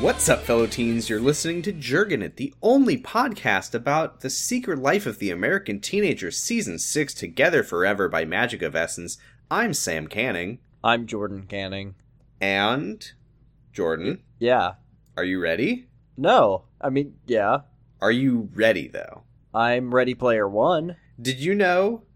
What's up, fellow teens? You're listening to Jergin It, the only podcast about the secret life of the American teenager, season six, Together Forever by Magic of Essence. I'm Sam Canning, I'm Jordan Canning. and Jordan, Yeah. are you ready? No. I mean, yeah. Are you ready though? I'm Ready Player One. Did you know?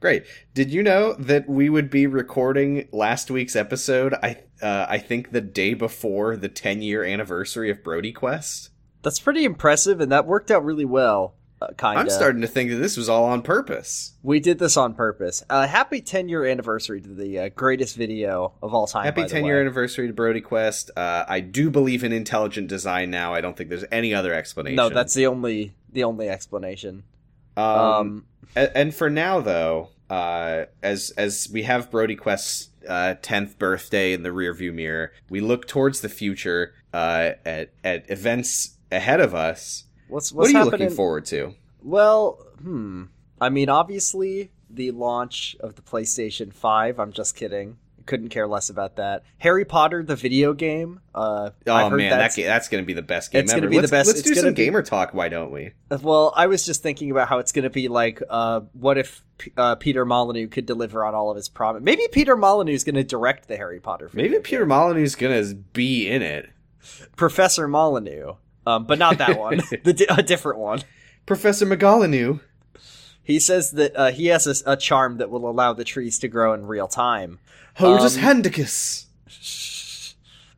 Great. Did you know that we would be recording last week's episode? I uh, I think the day before the 10 year anniversary of Brody Quest. That's pretty impressive, and that worked out really well. Uh, kinda. I'm starting to think that this was all on purpose. We did this on purpose. Uh, happy 10 year anniversary to the uh, greatest video of all time. Happy by the 10 way. year anniversary to Brody Quest. Uh, I do believe in intelligent design now. I don't think there's any other explanation. No, that's the only the only explanation. Um, Um, a- and for now, though, uh, as as we have Brody Quest's uh, 10th birthday in the rearview mirror, we look towards the future uh, at, at events ahead of us. what's what's what are you happening? looking forward to? Well, hmm. I mean, obviously the launch of the PlayStation 5. I'm just kidding. Couldn't care less about that. Harry Potter the video game. Uh, Oh I've heard man, that that's- ga- that's going to be the best game It's ever. gonna be the let's, best- Let's it's do gonna some be- gamer talk. Why don't we? Well, I was just thinking about how it's going to be like, uh, what if P- uh, Peter Molyneux could deliver on all of his promise? Maybe Peter Molyneux's going to direct the Harry Potter film. Maybe Peter Molyneux's going to be in it. Professor Molyneux, um, but not that one, the di- a different one. Professor McGolyneux. He says that uh, he has a, s- a charm that will allow the trees to grow in real time. Hodus Um, Handicus.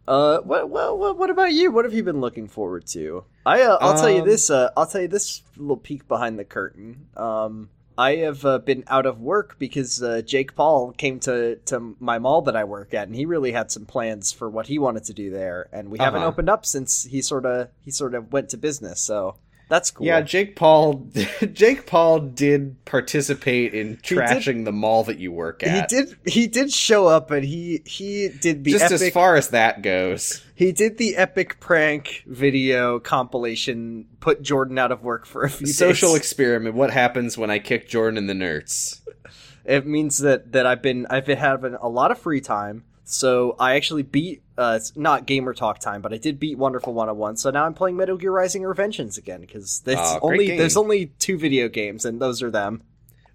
Uh, what, what, what, what about you? What have you been looking forward to? I, uh, I'll tell you Um, this. Uh, I'll tell you this little peek behind the curtain. Um, I have uh, been out of work because uh, Jake Paul came to to my mall that I work at, and he really had some plans for what he wanted to do there, and we haven't Uh-huh. opened up since he sort of he sort of went to business. So that's cool. Yeah, Jake Paul. Jake Paul did participate in He did- trashing the mall that you work he at. did. He did show up, and he he did the Just epic as far as that goes. He did the epic prank video compilation, put Jordan out of work for a few Social days. experiment. What happens when I kick Jordan in the nerds? it means that that I've been I've been having a lot of free time, so I actually beat uh it's not gamer talk time, but I did beat Wonderful 101. So now I'm playing Metal Gear Rising Revengeance again because there's Ah, great only game. there's only two video games and those are them.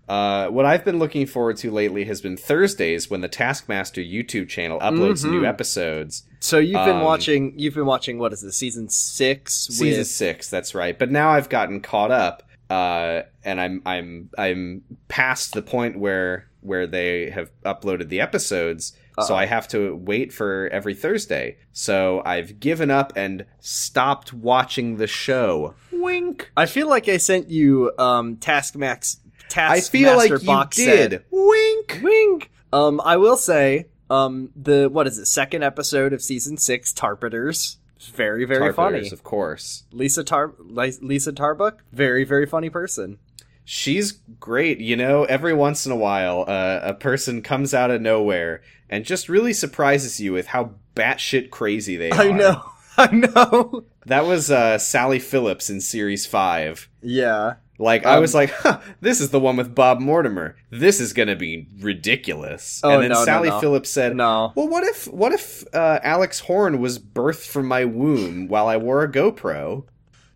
Uh, what I've been looking forward to lately has been Thursdays when the Taskmaster YouTube channel uploads Mhm. new episodes. So you've been Um, watching you've been watching what is this season six? with- Season six, that's right. But now I've gotten caught up, uh, and I'm I'm I'm past the point where where they have uploaded the episodes, so Uh-oh. I have to wait for every Thursday. So I've given up and stopped watching the show. Wink. I feel like I sent you um Taskmax I Taskmaster feel like you box set. did. Wink. Wing. Um, I will say, um, the what is it? Second episode of season six, Tarpeters. Very very Tarpeters, funny. of course. Lisa Tar Li- Lisa Tarbuck, very very funny person. She's great. You know, every once in a while, uh, a person comes out of nowhere and just really surprises you with how batshit crazy they are. I know. I know. That was uh, Sally Phillips in series five. yeah. Like I Um, was like, huh, this is the one with Bob Mortimer. This is gonna be ridiculous. Oh, and then no, no, Sally no. Phillips said, No. "Well, what if what if uh, Alex Horn was birthed from my womb while I wore a GoPro?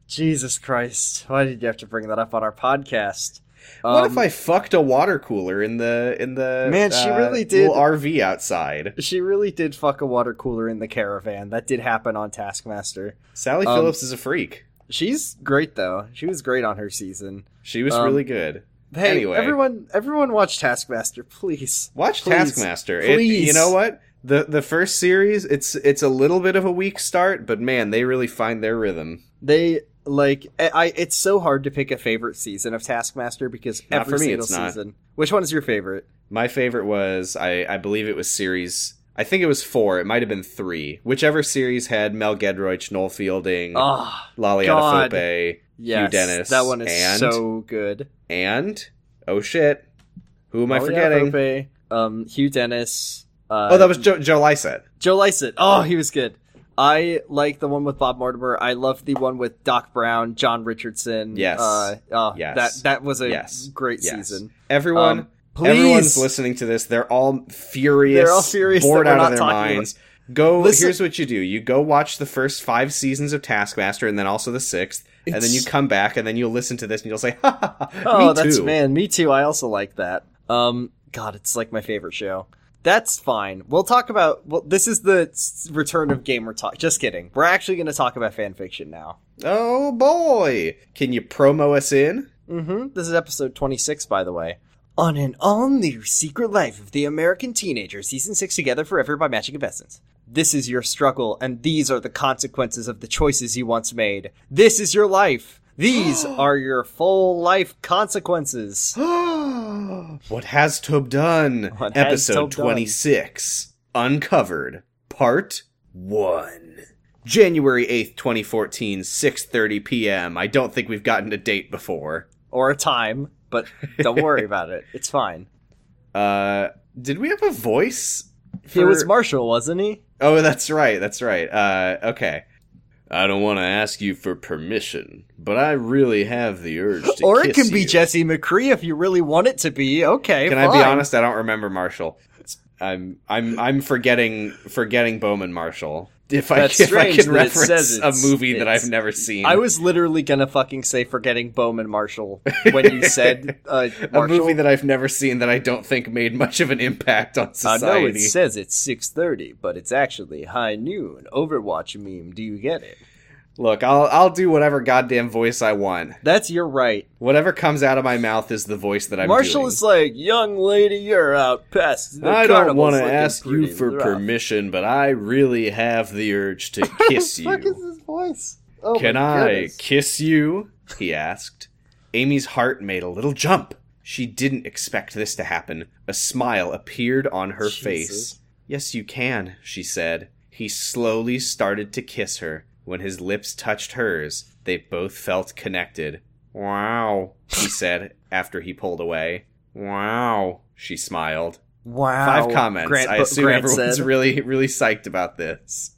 Jesus Christ. Why did you have to bring that up on our podcast? what Um, if I fucked a water cooler in the in the Man, she uh, really did- little RV outside? She really did fuck a water cooler in the caravan. That did happen on Taskmaster. Sally Um, Phillips is a freak. She's great though. She was great on her season. She was um, really good. Hey, Anyway. everyone everyone watch Taskmaster, please. Watch Please. Taskmaster. It- Please. you know what? The the first series, it's it's a little bit of a weak start, but man, they really find their rhythm. they like I, I it's so hard to pick a favorite season of Taskmaster because Not every for me, single it's not. season. Which one is your favorite? My favorite was I I believe it was series I think it was four. It might have been three. Whichever series had Mel Gedroych, Noel Fielding, Ah, Lolly God. Adafope, yes, Dennis, that one is and- so good. and oh shit, who am I Ollie forgetting? Apope, um, Hugh Dennis. Uh, Oh, that was Joe, Joe Lycett. Joe Lycett. Oh, he was good. I like the one with Bob Mortimer. I love the one with Doc Brown, John Richardson. Yes. uh, uh, Yes. that that was a Yes. great Yes. season. Everyone, Um, please, everyone's listening to this. They're all furious. They're all furious bored that we're out not of their talking about- minds. Go. Listen- Here's what you do: you go watch the first five seasons of Taskmaster, and then also the sixth, and then you It's- come back, and then you'll listen to this, and you'll say, "Ha ha, ha me Oh, too." that's man. Me too. I also like that. Um, God, it's like my favorite show. That's fine. We'll talk about. Well, this is the s- return of gamer talk. Just kidding. We're actually going to talk about fan fiction now. Oh boy, can you promo us in? Mm-hmm. This is episode twenty-six, by the way. On an all-new Secret Life of the American Teenager, season six, together forever by Magic Investments. This is your struggle, and these are the consequences of the choices you once made. This is your life. These are your full life consequences. what has Tob done? What has Episode Tob done? twenty six, uncovered, part one. January eighth, twenty fourteen, six thirty p.m. I don't think we've gotten a date before. or a time, but don't worry about it. It's fine. Uh, did we have a voice? It for- was Marshall, wasn't he? Oh, that's right. That's right. Uh, okay. I don't want to ask you for permission, but I really have the urge to. Or it kiss can be you. Jesse McCree if you really want it to be. Okay, Can I be fine. honest? I don't remember Marshall. I'm I'm I'm forgetting forgetting Bowman Marshall. If I That's if I strange can that it says reference a it's- movie that it's- I've never seen, I was literally gonna fucking say forgetting Bowman Marshall when you said uh, a Marshall. movie that I've never seen that I don't think made much of an impact on I society. know uh, it says it's six thirty, but it's actually high noon. Overwatch meme. Do you get it? Look, I'll I'll do whatever goddamn voice I want. That's your right. Whatever comes out of my mouth is the voice that I'm Marshall doing. is like, young lady, you're out past. The I don't want want to ask you for permission, but I really have the urge to kiss you. What the fuck is his voice? Oh Can my I goodness. kiss you? he asked. Amy's heart made a little jump. She didn't expect this to happen. A smile appeared on her face. Jesus. Yes, you can, she said. He slowly started to kiss her. When his lips touched hers, they both felt connected. Wow, he said after he pulled away. Wow, she smiled. Wow. Five comments. Grant- I assume Grant everyone's said. really, really psyched about this.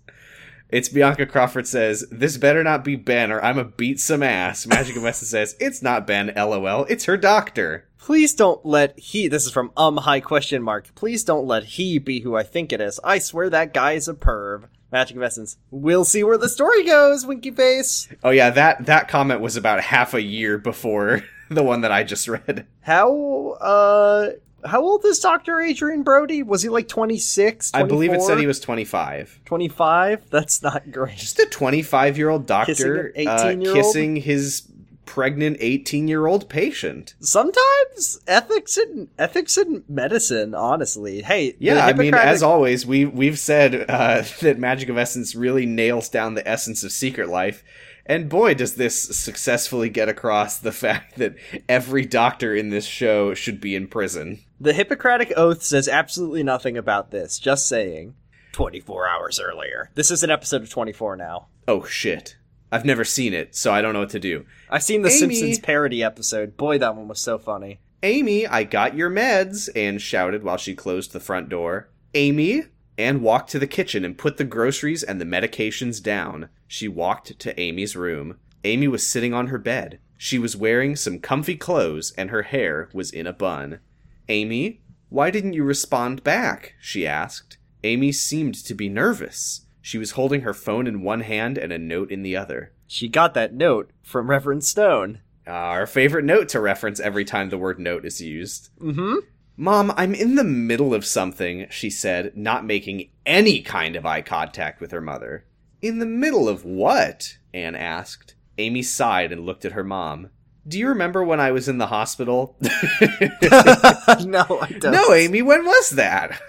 It's Bianca Crawford says, This better not be Ben or I'm a beat some ass. Magic Weston says, It's not Ben, lol. It's her doctor. Please don't let he. This is from um high question mark. Please don't let he be who I think it is. I swear that guy is a perv. Magic of Essence. We'll see where the story goes. Winky face. Oh yeah, that that comment was about half a year before the one that I just read. How uh how old is Doctor Adrian Brody? Was he like 26? I believe it said he was twenty five. 25. That's not great. Just a twenty five year old doctor Kissing an uh, 18-year-old? kissing his pregnant eighteen year old patient. Sometimes ethics and ethics and medicine. Honestly, hey, the Yeah, I mean, Hippocratic as always, we we've said uh, that Magic of Essence really nails down the essence of Secret Life, and boy, does this successfully get across the fact that every doctor in this show should be in prison. The Hippocratic Oath says absolutely nothing about this, just saying. 24 hours earlier. This is an episode of 24 now. Oh shit! I've never seen it, so I don't know what to do. I've seen the Amy- Simpsons parody episode. Boy, that one was so funny. Amy, I got your meds, Anne shouted while she closed the front door. Amy! Anne walked to the kitchen and put the groceries and the medications down. She walked to Amy's room. Amy was sitting on her bed. She was wearing some comfy clothes and her hair was in a bun. Amy, why didn't you respond back? she asked. Amy seemed to be nervous. She was holding her phone in one hand and a note in the other. She got that note from Reverend Stone. Uh, Our favorite note to reference every time the word note is used. hmm. Mom, I'm in the middle of something, she said, not making any kind of eye contact with her mother. In the middle of what? Anne asked. Amy sighed and looked at her mom. Do you remember when I was in the hospital? no, I don't. no, Amy, when was that?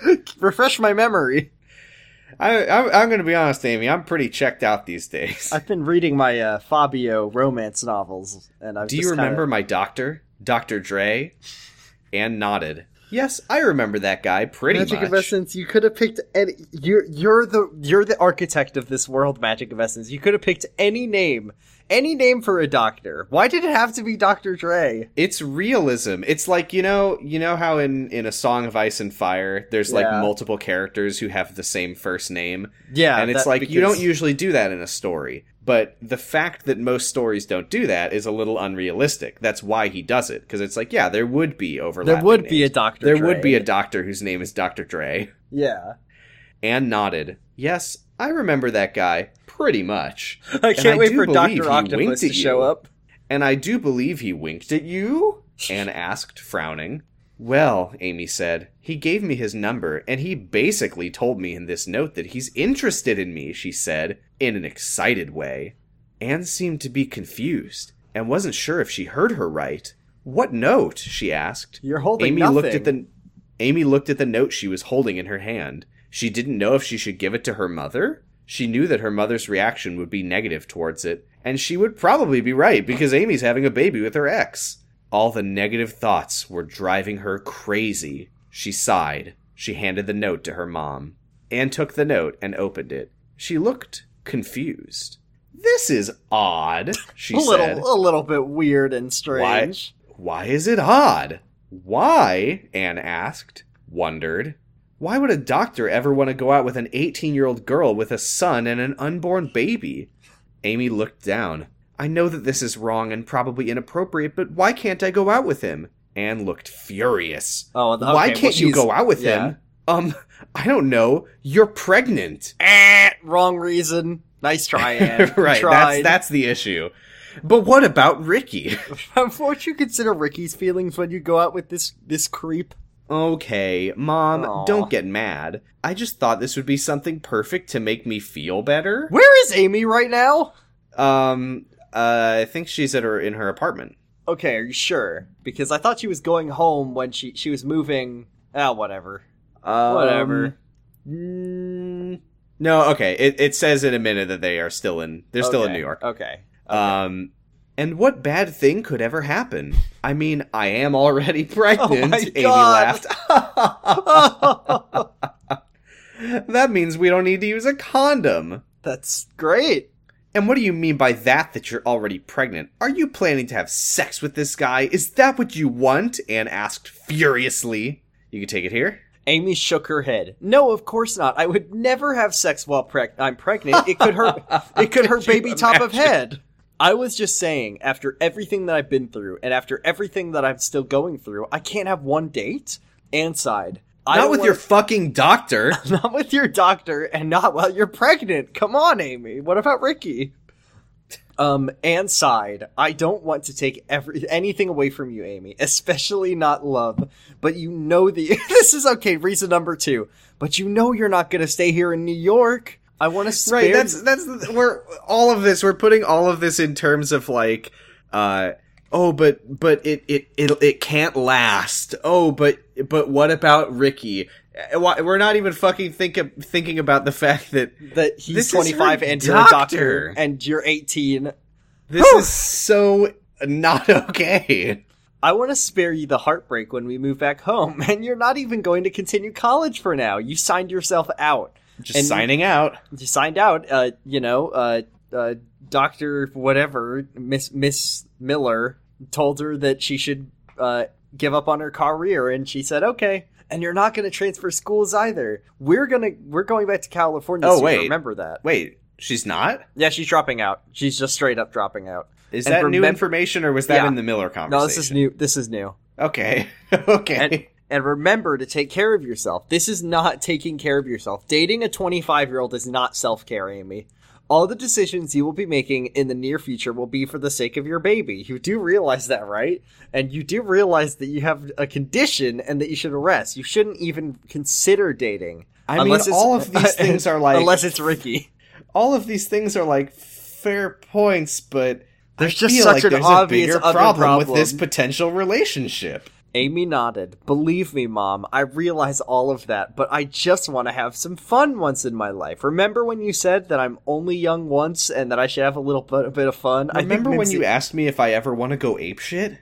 Refresh my memory. I, I'm, I'm going to be honest, Amy, I'm pretty checked out these days. I've been reading my uh, Fabio romance novels, and I've Do just you kinda- remember my doctor, Dr. Dre? Anne nodded. Yes, I remember that guy pretty Magic much. of Essence. You could have picked any. You're you're the you're the architect of this world, Magic of Essence. You could have picked any name, any name for a doctor. Why did it have to be Doctor Dre? it's realism. It's like you know, you know how in in a Song of Ice and Fire, there's like Yeah. multiple characters who have the same first name, Yeah, and it's that- like you because- don't usually do that in a story. But the fact that most stories don't do that is a little unrealistic. That's why he does it because it's like, yeah, there would be overlap. There would be a Doctor. there would be a doctor whose name is Doctor Dre. Yeah. Anne nodded. Yes, I remember that guy pretty much. I can't I wait do for believe Doctor he Octopus winked to at show you. up. And I do believe he winked at you? Anne asked, frowning. Well, Amy said, he gave me his number, and he basically told me in this note that he's interested in me, she said, in an excited way. Anne seemed to be confused and wasn't sure if she heard her right. What note? she asked. You're holding Amy nothing. looked at the Amy looked at the note she was holding in her hand. She didn't know if she should give it to her mother. She knew that her mother's reaction would be negative towards it, and she would probably be right because Amy's having a baby with her ex. All the negative thoughts were driving her crazy. She sighed. She handed the note to her mom. Anne took the note and opened it. She looked confused. This is odd, she a little, said. a little bit weird and strange. Why is it odd? Why? Anne asked, wondered. Why would a doctor ever want to go out with an 18 year old girl with a son and an unborn baby? Amy looked down. I know that this is wrong and probably inappropriate, but why can't I go out with him? Anne looked furious. Oh, okay, why well, can't you she's- go out with yeah. him? Um, I don't know. You're pregnant. Eh, wrong reason. Nice try, Anne. You right. That's tried. that's the issue. But what about Ricky? Won't you consider Ricky's feelings when you go out with this this creep? Okay, mom, Aw. don't get mad. I just thought this would be something perfect to make me feel better. Where is Amy right now? Um, uh, I think she's at her in her apartment. Okay, are you sure? Because I thought she was going home when she she was moving. Ah, whatever. Um, Whatever. mm, no, okay. It, it says in a minute that they are still in. They're still in Okay, New York. Okay. Um, and what bad thing could ever happen? I mean, I am already pregnant. Oh my Amy God. laughed. that means we don't need to use a condom. That's great. And what do you mean by that that you're already pregnant? Are you planning to have sex with this guy? Is that what you want? Anne asked furiously. You can take it here. Amy shook her head. No, of course not. I would never have sex while preg- I'm pregnant. It could hurt. It could hurt Could you baby top of imagine? head. I was just saying, after everything that I've been through, and after everything that I'm still going through, I can't have one date. And side, I Not don't with wanna- your fucking doctor. not with your doctor, and not while you're pregnant. Come on, Amy. What about Ricky? Um, and side, I don't want to take every anything away from you, Amy, especially not love. But you know the this is okay. Reason number two, but you know you're not going to stay here in New York. I want to spare. right. That's that's we're all of this. We're putting all of this in terms of like, uh, oh, but but it it it it can't last. Oh, but but what about Ricky? Uh, why- We're not even fucking think of, thinking about the fact that that he's This is her 25 and you're a doctor doctor. and you're 18. this Whew. is so not okay. I want to spare you the heartbreak when we move back home, and you're not even going to continue college for now. You signed yourself out. Just And- signing out. you signed out uh you know uh uh doctor whatever miss miss miller told her that she should uh give up on her career and she said okay and you're not going to transfer schools either we're going to we're going back to california Oh, soon, wait. remember that Wait, she's not? yeah she's dropping out she's just straight up dropping out Is And that new remem- information or was that Yeah. in the Miller conversation? no this is new this is new Okay. okay. and and remember to take care of yourself. This is not taking care of yourself. Dating a 25 year old is not self care, Amy. All the decisions you will be making in the near future will be for the sake of your baby. You do realize that, right? And you do realize that you have a condition and that you should rest. You shouldn't even consider dating. I mean, Unless it's- all of these things are like unless it's Ricky. all of these things are like fair points, but I There's just feel such like an there's obvious a bigger other problem, with problem. this potential relationship. Amy nodded. Believe me, Mom, I realize all of that, but I just want to have some fun once in my life. Remember when you said that I'm only young once and that I should have a little bit, bit of fun? I think Remember when Mimsy- you asked me if I ever want to go apeshit?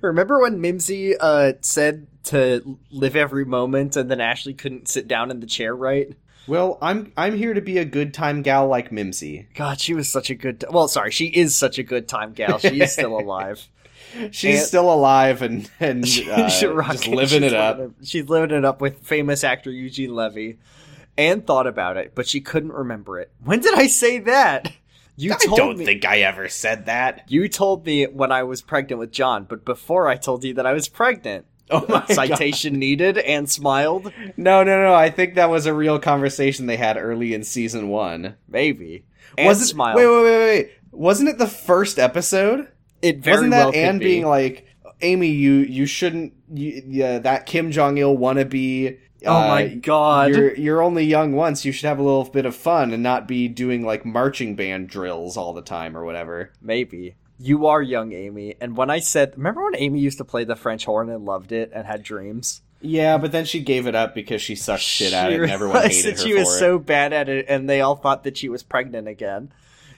remember when Mimsy uh, said to live every moment and then Ashley couldn't sit down in the chair right? Well, I'm I'm here to be a good time gal like Mimsy. God, she was such a good. well, sorry, she is such a good time gal. She is still alive. She's And- still alive and and uh, She's rocking- just living she's it up. living She's living it up with famous actor Eugene Levy. Anne thought about it, but she couldn't remember it. When did I say that? You I told don't me. think I ever said that. you told me when I was pregnant with John, but before I told you that I was pregnant. Oh my citation needed and smiled. No, no, no. I think that was a real conversation they had early in season one. Maybe. And wasn't, smiled. Wait, wait, wait, wait. Wasn't it the first episode? It very wasn't that well could Anne be. being like, "Amy, you you shouldn't. You, yeah, that Kim Jong Il wannabe. oh my uh, god. You're you're only young once. You should have a little bit of fun and not be doing like marching band drills all the time or whatever. Maybe. You are young Amy. And when I said, remember when Amy used to play the French horn and loved it and had dreams? Yeah, but then she gave it up because she sucked shit at She it and everyone realized hated that her she for was it. so bad at it and they all thought that she was pregnant again.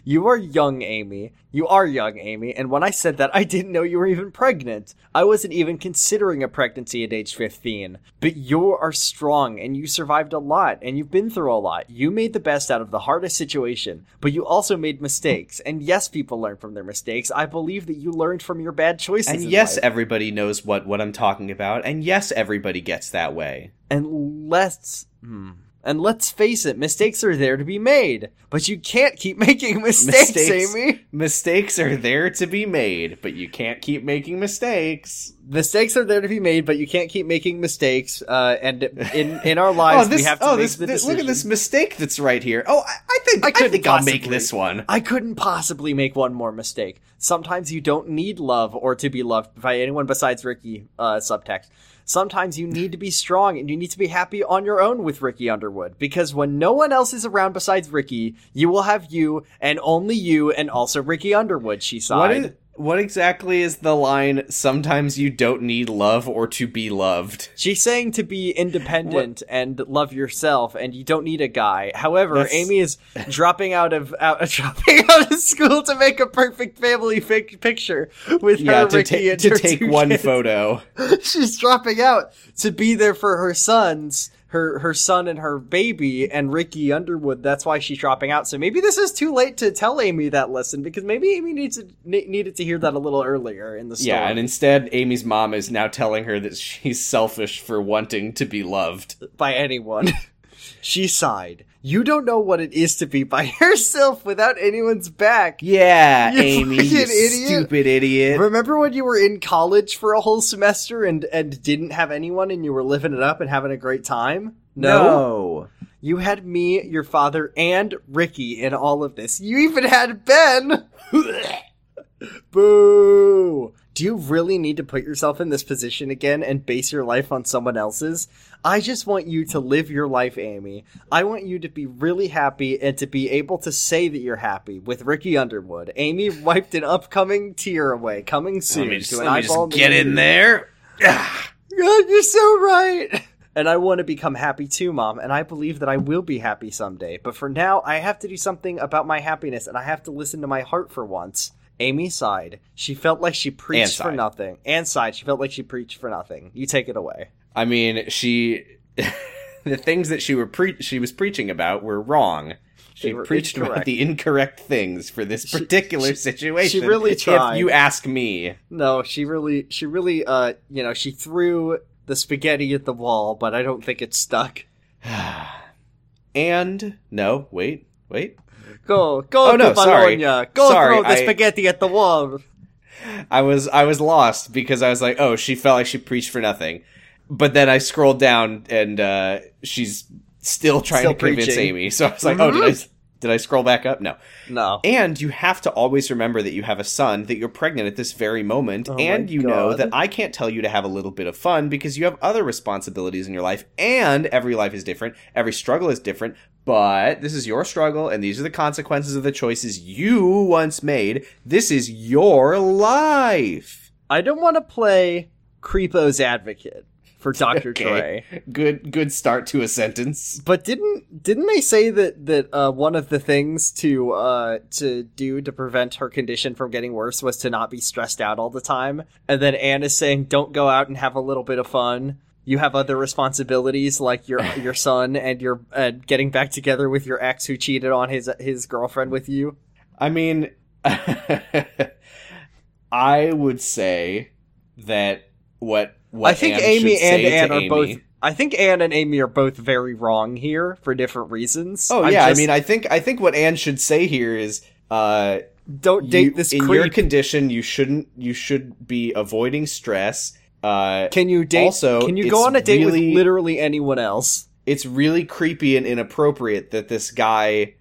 You are young Amy. You are young Amy. And when I said that, I didn't know you were even pregnant. I wasn't even considering a pregnancy at age 15. But you are strong and you survived a lot and you've been through a lot. You made the best out of the hardest situation, but you also made mistakes. And yes, people learn from their mistakes. I believe that you learned from your bad choices. and in yes, life. everybody knows what what I'm talking about. And yes, everybody gets that way. And let's hmm. and let's face it, mistakes are there to be made, but you can't keep making mistakes, Mistakes. Amy. Mistakes are there to be made, but you can't keep making mistakes. Mistakes are there to be made, but you can't keep making mistakes. Uh, and in in our lives, oh, this, we have to oh, make this, the this- decision. look at this mistake that's right here. Oh, I, I think I I, couldn't think I'll make possibly. this one. I couldn't possibly make one more mistake. Sometimes you don't need love or to be loved by anyone besides Ricky. Uh, subtext. Sometimes you need to be strong and you need to be happy on your own with Ricky Underwood because when no one else is around besides Ricky, you will have you and only you and also Ricky Underwood. She sighed. What is what exactly is the line? Sometimes you don't need love or to be loved. She's saying to be independent and love yourself, and you don't need a guy. However, That's- Amy is dropping out of out, dropping out of school to make a perfect family fic- picture with Yeah, her, to, Ricky, ta- and to her take two one kids. photo. She's dropping out to be there for her sons, her her son and her baby, and Ricky Underwood. That's why she's dropping out. So maybe this is too late to tell Amy that lesson because maybe Amy needs to, ne- needed to hear that a little earlier in the story. Yeah, and instead, Amy's mom is now telling her that she's selfish for wanting to be loved. by anyone. she sighed. You don't know what it is to be by yourself without anyone's back. Yeah, You Amy, fucking you idiot. stupid idiot. Remember when you were in college for a whole semester and and didn't have anyone and you were living it up and having a great time? You had me, your father, and Ricky in all of this. You even had Ben. Boo. Do you really need to put yourself in this position again and base your life on someone else's? I just want you to live your life, Amy. I want you to be really happy and to be able to say that you're happy with Ricky Underwood. Amy wiped an upcoming tear away, coming soon. Let me just, to an let me just eyeball in the get in mirror. there. God, you're so right. And I want to become happy too, Mom. And I believe that I will be happy someday. But for now, I have to do something about my happiness and I have to listen to my heart for once. Amy sighed. She felt like she preached for sighed. nothing. And sighed. She felt like she preached for nothing. You take it away. I mean, she the things that she were pre- she was preaching about were wrong. She They were preached about incorrect. the incorrect things for this particular she- situation. she really tried. If you ask me, No, she really, she really, uh, you know, she threw the spaghetti at the wall, but I don't think it stuck. and no, wait, wait. Go, go Oh, to no, sorry. Bologna. Go Sorry, throw the I- spaghetti at the wall. I was I was lost because I was like, oh, she felt like she preached for nothing. But then I scrolled down and uh, she's still trying Still to convince preaching. Mm-hmm. Amy. So I was like, oh, did I did I scroll back up? No. No. And you have to always remember that you have a son, that you're pregnant at this very moment, Oh my and you know God. that I can't tell you to have a little bit of fun because you have other responsibilities in your life, and every life is different, every struggle is different, but this is your struggle, and these are the consequences of the choices you once made. This is your life. I don't want to play Creepo's advocate for Dr. Okay. Dre. Good good start to a sentence. But didn't didn't they say that that uh, one of the things to uh, to do to prevent her condition from getting worse was to not be stressed out all the time? And then Anne is saying, "Don't go out and have a little bit of fun. You have other responsibilities like your your son and your uh, getting back together with your ex who cheated on his his girlfriend with you." I mean, I would say that what what I think Anne Amy should say and to Anne are Amy- both. I think Anne and Amy are both very wrong here for different reasons. Oh I'm yeah, just- I mean, I think I think what Anne should say here is, uh, don't date you- this in creep. your condition, you shouldn't you should be avoiding stress. Uh, Can you date? Also, can you it's go on a date really- with literally anyone else? it's really creepy and inappropriate that this guy,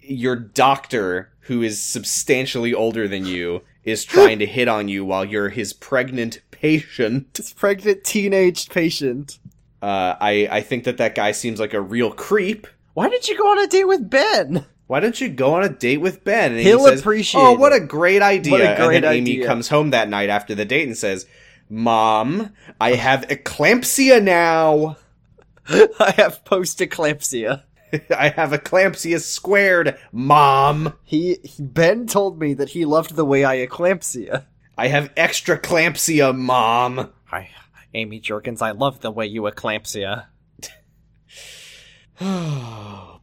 your doctor, who is substantially older than you, is trying to hit on you while you're his pregnant patient. This pregnant teenage patient. Uh, I I think that that guy seems like a real creep. Why did you go on a date with Ben? Why don't you go on a date with Ben? And He'll he says, appreciate Oh, what it." a great idea! What a and great then Amy idea. comes home that night after the date and says, "Mom, I have eclampsia now." I have post eclampsia. I have eclampsia squared, mom. He Ben told me that he loved the way I eclampsia. I have extra clampsia, mom. Hi, Amy Jerkins. I love the way you eclampsia.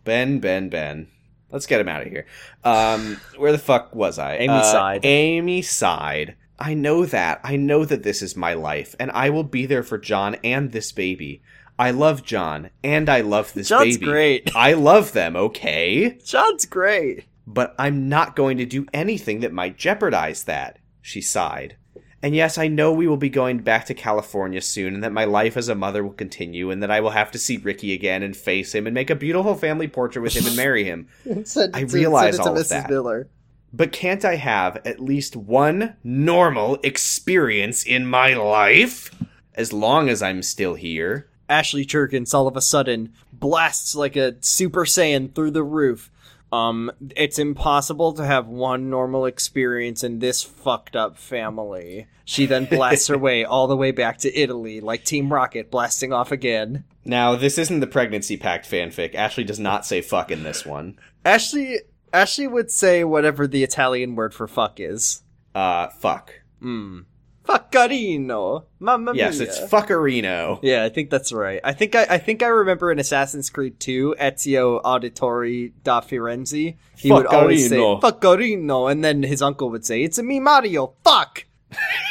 ben, Ben, Ben. Let's get him out of here. Um, where the fuck was I? Uh, Amy sighed. Amy sighed. I know that. I know that this is my life, and I will be there for John and this baby. I love John, and I love this John's baby. great. I love them, okay? John's great. But I'm not going to do anything that might jeopardize that, she sighed. And yes, I know we will be going back to California soon, and that my life as a mother will continue, and that I will have to see Ricky again and face him and make a beautiful family portrait with him and marry him. Send I it to- realize send it all to of Mrs. that. Miller. But can't I have at least one normal experience in my life? As long as I'm still here. Ashley Jerkins all of a sudden blasts like a Super Saiyan through the roof. Um, it's impossible to have one normal experience in this fucked up family. She then blasts her way all the way back to Italy, like Team Rocket blasting off again. Now, this isn't the pregnancy pact fanfic. Ashley does not say fuck in this one. Ashley, Ashley would say whatever the Italian word for fuck is. Uh, fuck. Hmm. Fuccarino, mamma Yes, mia. it's fuckerino. Yeah, I think that's right. I think I, I think I remember in Assassin's Creed 2, Ezio Auditori da Firenze. He would always say Fuccarino. "Fuccarino," and then his uncle would say, "It's a me Mario." Fuck.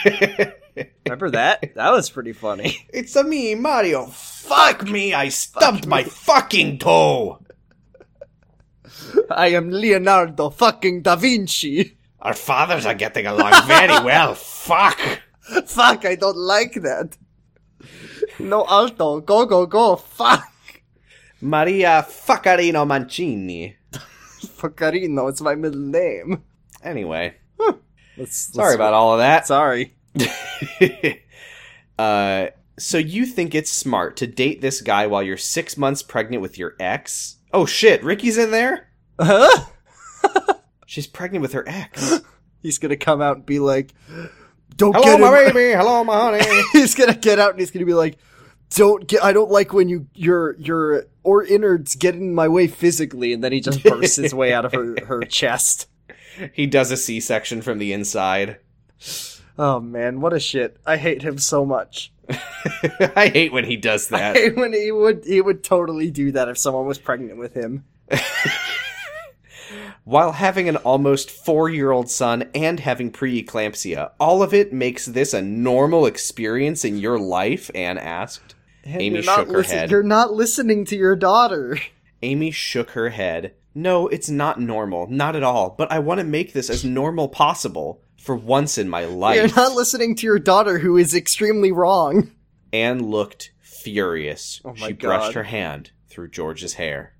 remember that? That was pretty funny. It's a me, Mario. Fuck me, I stubbed my fucking toe. I am Leonardo fucking da Vinci. Our fathers are getting along very well. Fuck. Fuck, I don't like that. No alto, go go go. Fuck. Maria Fuccarino Mancini. Fuccarino, it's my middle name. Anyway, Let's, sorry about all of that. Sorry. uh, so you think it's smart to date this guy while you're six months pregnant with your ex? Oh shit, Ricky's in there? Huh? She's pregnant with her ex. He's gonna come out and be like, "Don't Hello, get my him." baby. Hello, my honey. he's gonna get out and he's gonna be like, "Don't get. I don't like when you your your or innards get in my way physically." And then he just bursts his way out of her her chest. he does a C section from the inside. Oh man, what a shit! I hate him so much. I hate when he does I that. hate when he would he would totally do that if someone was pregnant with him. While having an almost four year old son and having preeclampsia, all of it makes this a normal experience in your life? Anne asked. And Amy you're not shook her listen- head. You're not listening to your daughter. Amy shook her head. No, it's not normal, not at all, but I want to make this as normal possible for once in my You're life. not listening to your daughter, who is extremely wrong. Anne looked furious. Oh my she brushed God. her hand through George's hair,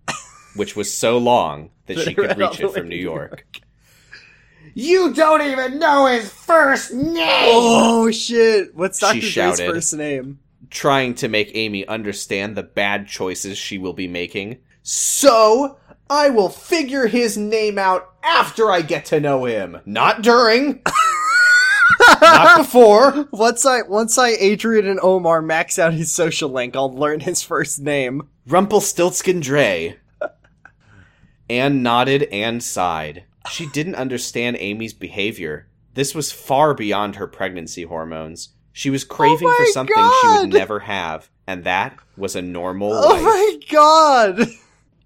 which was so long that she could Ran all reach the it way from to New New York. You don't even know his first name! Oh shit! What's She Doctor Dre's shouted. first name? trying to make Amy understand the bad choices she will be making. So, I will figure his name out after I get to know him. Not during. not before. Once I once I Adrian and Omar max out his social link, I'll learn his first name. Rumpelstiltskin Dre. Anne nodded and sighed. She didn't understand Amy's behavior. This was far beyond her pregnancy hormones. She was craving for Oh my something she would God. never have, and that was a normal Oh life. my god!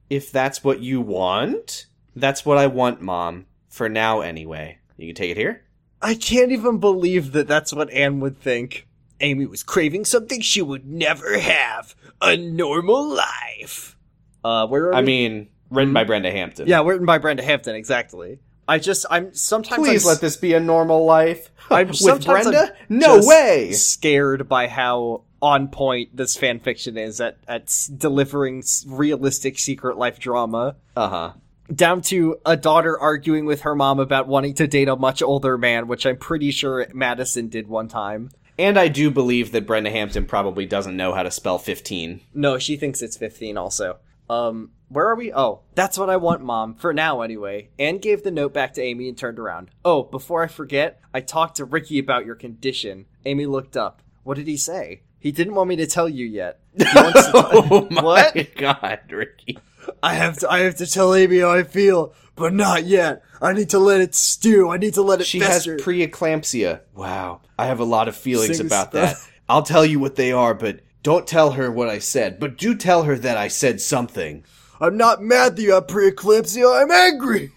If that's what you want, that's what I want, Mom. For now, anyway. You can take it here. I can't even believe that that's what Anne would think. Amy was craving something she would never have a normal life. Uh, where are I we? mean, written by Brenda Hampton. yeah, written by Brenda Hampton, exactly. I just I'm sometimes Please I'm, let this be a normal life. I'm with sometimes I'm Brenda? no just way. Scared by how on point this fan fiction is at at s- delivering s- realistic secret life drama Uh huh. down to a daughter arguing with her mom about wanting to date a much older man, which I'm pretty sure Madison did one time. And I do believe that Brenda Hampton probably doesn't know how to spell 15. No, she thinks it's 15 also. Um, where are we? Oh, that's what I want, Mom, for now anyway. Anne gave the note back to Amy and turned around. Oh, before I forget, I talked to Ricky about your condition. Amy looked up. What did he say? He didn't want me to tell you yet. He wants to oh my What? god, Ricky. I have to I have to tell Amy how I feel, but not yet. I need to let it stew. I need to let it She has fester. preeclampsia. Wow. I have a lot of feelings Sing about that. stuff. I'll tell you what they are, but don't tell her what I said. But do tell her that I said something. I'm not mad that you have preeclampsia. I'm angry.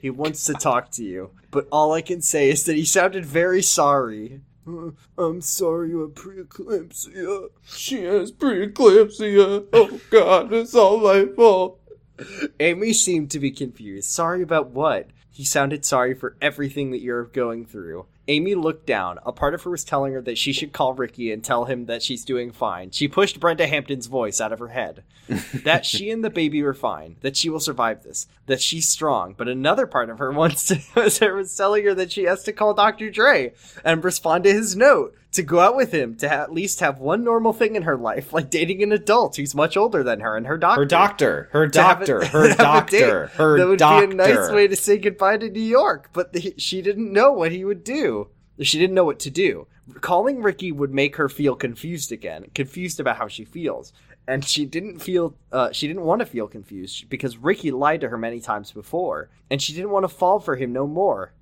he wants to talk to you, but all I can say is that he sounded very sorry. Uh, I'm sorry you have preeclampsia. She has preeclampsia. Oh God, it's all my fault. Amy seemed to be confused. Sorry about what? He sounded sorry for everything that you're going through. Amy looked down. A part of her was telling her that she should call Ricky and tell him that she's doing fine. She pushed Brenda Hampton's voice out of her head. that she and the baby were fine. That she will survive this. That she's strong. But another part of her wants to was telling her that she has to call Dr. Dre and respond to his note. To go out with him, to ha- at least have one normal thing in her life, like dating an adult who's much older than her and her doctor Her doctor, her to have a- doctor, to her have a doctor, date. her that would doctor. be a nice way to say goodbye to New York, but the, she didn't know what he would do. She didn't know what to do. Calling Ricky would make her feel confused again, confused about how she feels, and she didn't feel uh, she didn't want to feel confused because Ricky lied to her many times before, and she didn't want to fall for him no more.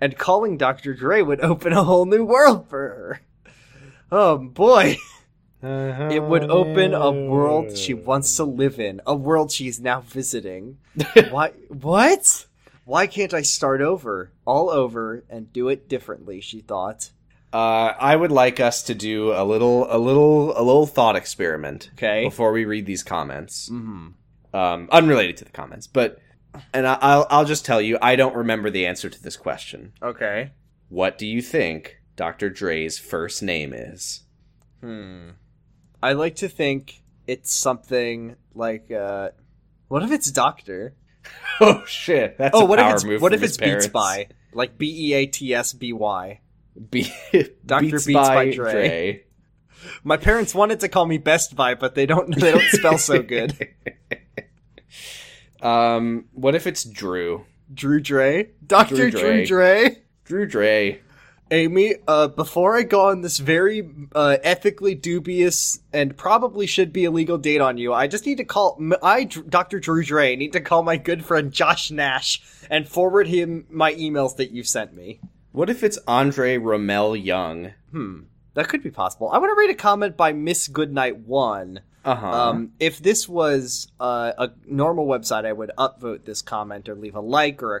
And calling Dr. Dre would open a whole new world for her. Oh boy. It would open a world Oh. she wants to live in, a world she's now visiting. Why? What? Why can't I start over, all over, and do it differently? She thought. Uh, I would like us to do a little, a little, a little thought experiment Okay. before we read these comments. Mm-hmm. Um, unrelated to the comments, but and I, I'll I'll just tell you, I don't remember the answer to this question. Okay. What do you think Dr. Dre's first name is? Hmm. I like to think it's something like. uh What if it's Doctor? Oh shit! That's oh, a what if power it's move what from if his it's Beats parents. by like B E A T S B Y? Be- Dr. Beats by Dre. My parents wanted to call me Best Buy, but they don't. They don't spell so good. Um, what if it's Drew? Drew Dre, Doctor Drew Dre. Drew Dre. Drew Dre. Amy, uh, before I go on this very uh, ethically dubious and probably should be illegal date on you, I just need to call. m- I, Dr. Dr. Drew Dre, need to call my good friend Josh Nash and forward him my emails that you've sent me. What if it's Andre Rommel Young? Hmm, that could be possible. I want to read a comment by Miss Goodnight One. Uh-huh. Um, if this was uh, a normal website, I would upvote this comment or leave a like or a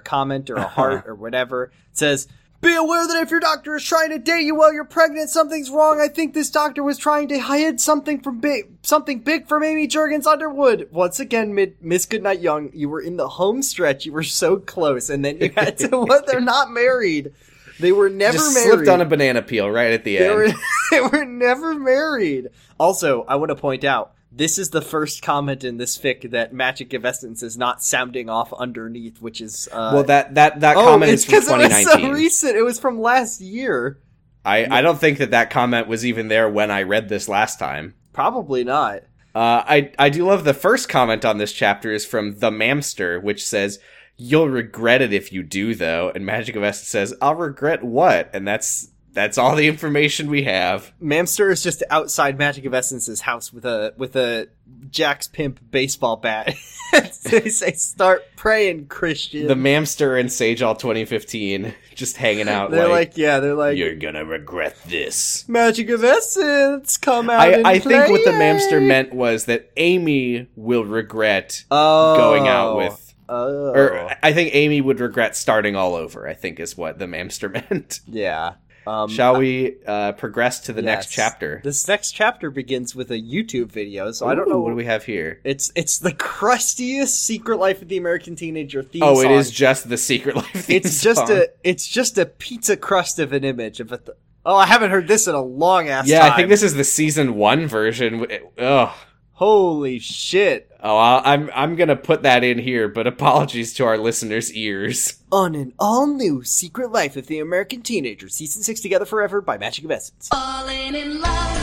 comment or a heart or whatever. It says, "Be aware that if your doctor is trying to date you while you're pregnant, something's wrong. I think this doctor was trying to hide something from big, something big from Amy Jurgens Underwood." Once again, mid- Miss Goodnight Young, you were in the home stretch. You were so close, and then you had to. what? They're not married. They were never just married. slipped on a banana peel right at the They end. were, they were never married. Also, I want to point out this is the first comment in this fic that Magic of Essence is not sounding off underneath, which is uh, well, that that that oh, comment is it's from because it was so 2019. recent. It was from last year. I I don't think that that comment was even there when I read this last time. Probably not. Uh, I I do love the first comment on this chapter is from the Mamster, which says, "You'll regret it if you do, though." And Magic of Essence says, "I'll regret what?" And that's that's all the information we have. Mamster is just outside Magic of Essence's house with a with a Jack's pimp baseball bat. they say, "Start praying, Christian." The Mamster and Sage All 2015 just hanging out. they're like, like, yeah, they're like, "You're gonna regret this." Magic of Essence, come out. I, and I think what the play." Mamster meant was that Amy will regret oh. going out with. Oh. Or I think Amy would regret starting all over, I think is what the Mamster meant. yeah. Um, Shall we uh, progress to the next yes. chapter? This next chapter begins with a YouTube video, so I don't know Ooh, what do we have here. It's it's the crustiest Secret Life of the American Teenager theme. Oh, it song. is just the secret life. theme It's just song. a it's just a pizza crust of an image of a. Th- oh, I haven't heard this in a long ass. yeah. I think this is the season one version. Oh, Holy shit! oh, I- I'm I'm gonna put that in here, but apologies to our listeners' ears. On an all new Secret Life of the American Teenager, season six, together forever by Magic of Essence. Falling in love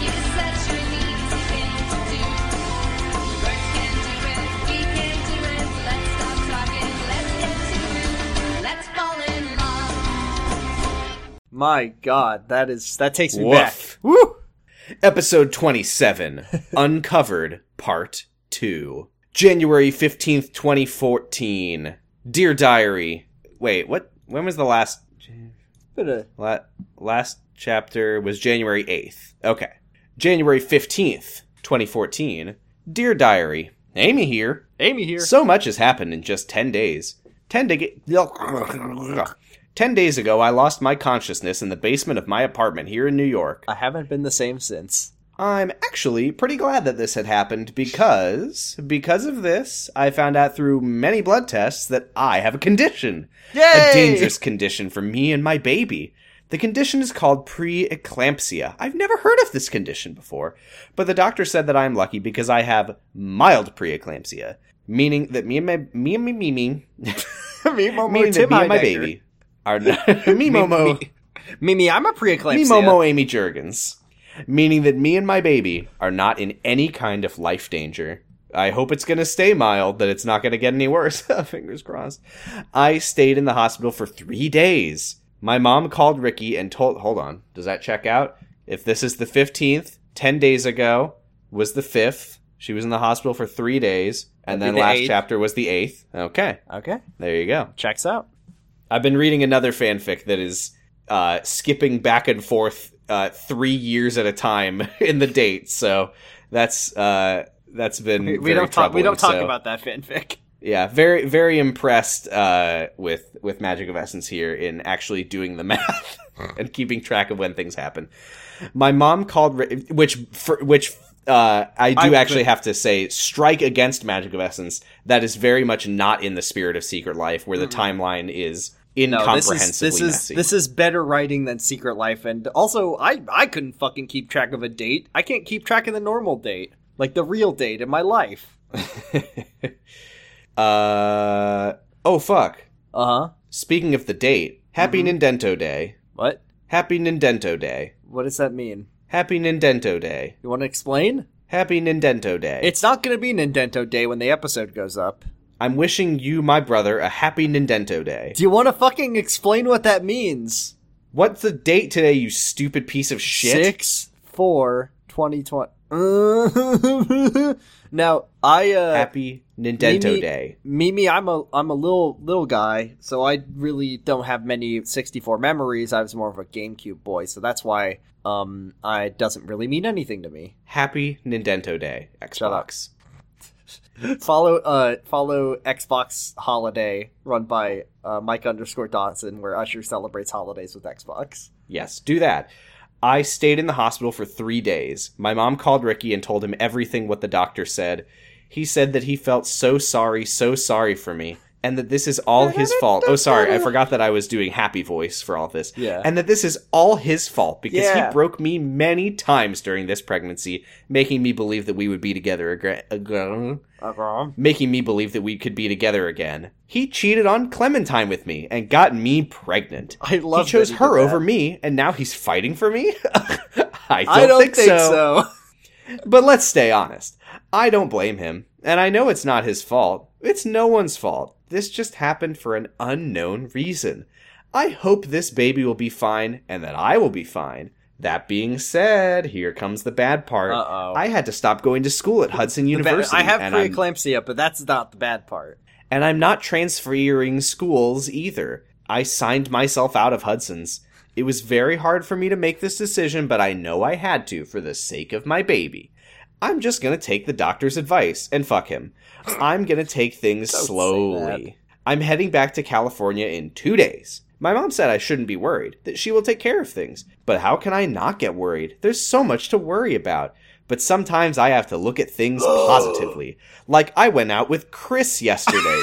is such relief. We can't do. Words can't do it. We can't do it. Let's stop talking. Let's get to it. Let's fall in love. My God, that is that takes me Woof. back. Woo! Episode 27 Uncovered Part 2. January 15th, 2014. Dear Diary. Wait, what? When was the last. Bit of- La- last chapter was January 8th. Okay. January 15th, 2014. Dear Diary. Amy here. Amy here. So much has happened in just 10 days. 10 to 10 days ago, I lost my consciousness in the basement of my apartment here in New York. I haven't been the same since. I'm actually pretty glad that this had happened because because of this, I found out through many blood tests that I have a condition. Yay! A dangerous condition for me and my baby. The condition is called preeclampsia. I've never heard of this condition before, but the doctor said that I'm lucky because I have mild preeclampsia, meaning that me and my me and me me me me, meaning that me and my baby are not, me momo Mimi, I'm a preeclampsia. me, Momo, Amy Jurgens. Meaning that me and my baby are not in any kind of life danger. I hope it's going to stay mild, that it's not going to get any worse. Fingers crossed. I stayed in the hospital for three days. My mom called Ricky and told. Hold on. Does that check out? If this is the 15th, 10 days ago was the 5th. She was in the hospital for three days. And then That'd be the last 8th. chapter was the 8th. Okay. Okay, There you go. checks out. I've been reading another fanfic that is uh, skipping back and forth uh, three years at a time in the date. So that's uh, that's been We, we very don't talk. We don't talk troubling. So, about that fanfic. yeah. Very very impressed uh, with with Magic of Essence here in actually doing the math and keeping track of when things happen. My mom called, Ri- which for, which. Uh, I do I- actually have to say, strike against Magic of Essence. That is very much not in the spirit of Secret Life, where the timeline is Mm-hmm. No, this incomprehensibly is this is messy. this is better writing than Secret Life, and also I I couldn't fucking keep track of a date. I can't keep track of the normal date, like the real date in my life. uh oh fuck. Uh huh. Speaking of the date, Happy Mm-hmm. Nintendo Day. What? Happy Nintendo Day. What does that mean? Happy Nintendo Day. You want to explain? Happy Nintendo Day. It's not going to be Nintendo Day when the episode goes up. I'm wishing you, my brother, a happy Nintendo Day. Do you want to fucking explain what that means? What's the date today, you stupid piece of shit? Six four twenty twenty. now I uh, Happy Nintendo Mimi- Day. Mimi, I'm a I'm a little little guy, so I really don't have many 64 memories. I was more of a GameCube boy, so that's why um I it doesn't really mean anything to me. Happy Nintendo Day. up. Xbox. Follow uh follow Xbox Holiday run by uh, Mike underscore Dodson, where Usher celebrates holidays with Xbox. Yes, do that. I stayed in the hospital for three days. My mom called Ricky and told him everything what the doctor said. He said that he felt so sorry, so sorry for me, and that this is all his fault. Oh, sorry, I forgot that I was doing happy voice for all this. Yeah. And that this is all his fault because Yeah. he broke me many times during this pregnancy, making me believe that we would be together aga- again making me believe that we could be together again. He cheated on Clementine with me and got me pregnant. I love He chose that he did her that. over me, and now he's fighting for me. I don't, I don't think, so. But let's stay honest. I don't blame him, and I know it's not his fault. It's no one's fault. This just happened for an unknown reason. I hope this baby will be fine and that I will be fine. That being said, here comes the bad part. Uh-oh. I had to stop going to school at Hudson The ba- University. I have and I'm- preeclampsia, but that's not the bad part. and I'm not transferring schools either. I signed myself out of Hudson's. It was very hard for me to make this decision, but I know I had to for the sake of my baby. I'm just gonna take the doctor's advice and fuck him. I'm gonna take things Don't say slowly. I'm heading back to California in two days. My mom said I shouldn't be worried, that she will take care of things. But how can I not get worried? There's so much to worry about. But sometimes I have to look at things positively. Like I went out with Chris yesterday.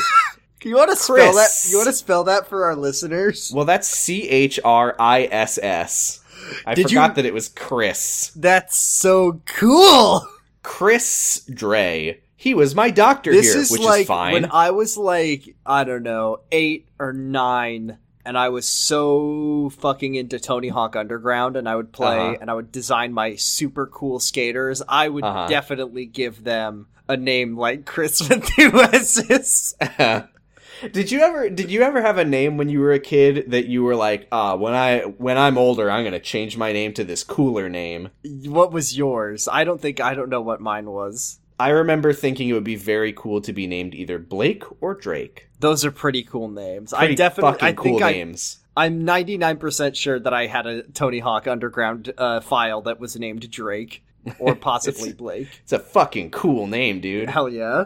You want to spell that? Chris. You want to spell that for our listeners? well, that's C H R I S S. I Did you- forgot that it was Chris. That's so cool. Chris Dre. He was my doctor This here, is which like is fine. when I was like I don't know eight or nine, and I was so fucking into Tony Hawk Underground, and I would play Uh-huh. and I would design my super cool skaters. I would Uh-huh. definitely give them a name like Chris with two S's. did you ever did you ever have a name when you were a kid that you were like, ah, when I when I'm older, I'm gonna change my name to this cooler name? What was yours? I don't think I don't know what mine was. I remember thinking it would be very cool to be named either Blake or Drake. Those are pretty cool names. I Pretty definitely fucking I cool think I, names. I'm 99% sure that I had a Tony Hawk Underground uh, file that was named Drake or possibly Blake. It's a fucking cool name, dude. Hell yeah.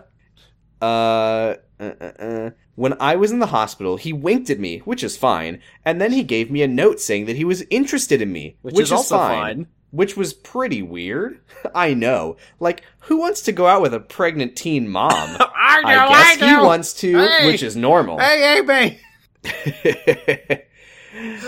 uh, uh, uh, uh. when I was in the hospital, he winked at me, which is fine, and then he gave me a note saying that he was interested in me, Which, is, also fine. Which was pretty weird. I know. Like, who wants to go out with a pregnant teen mom? I know, I guess he wants to, Hey! which is normal. Hey, Amy!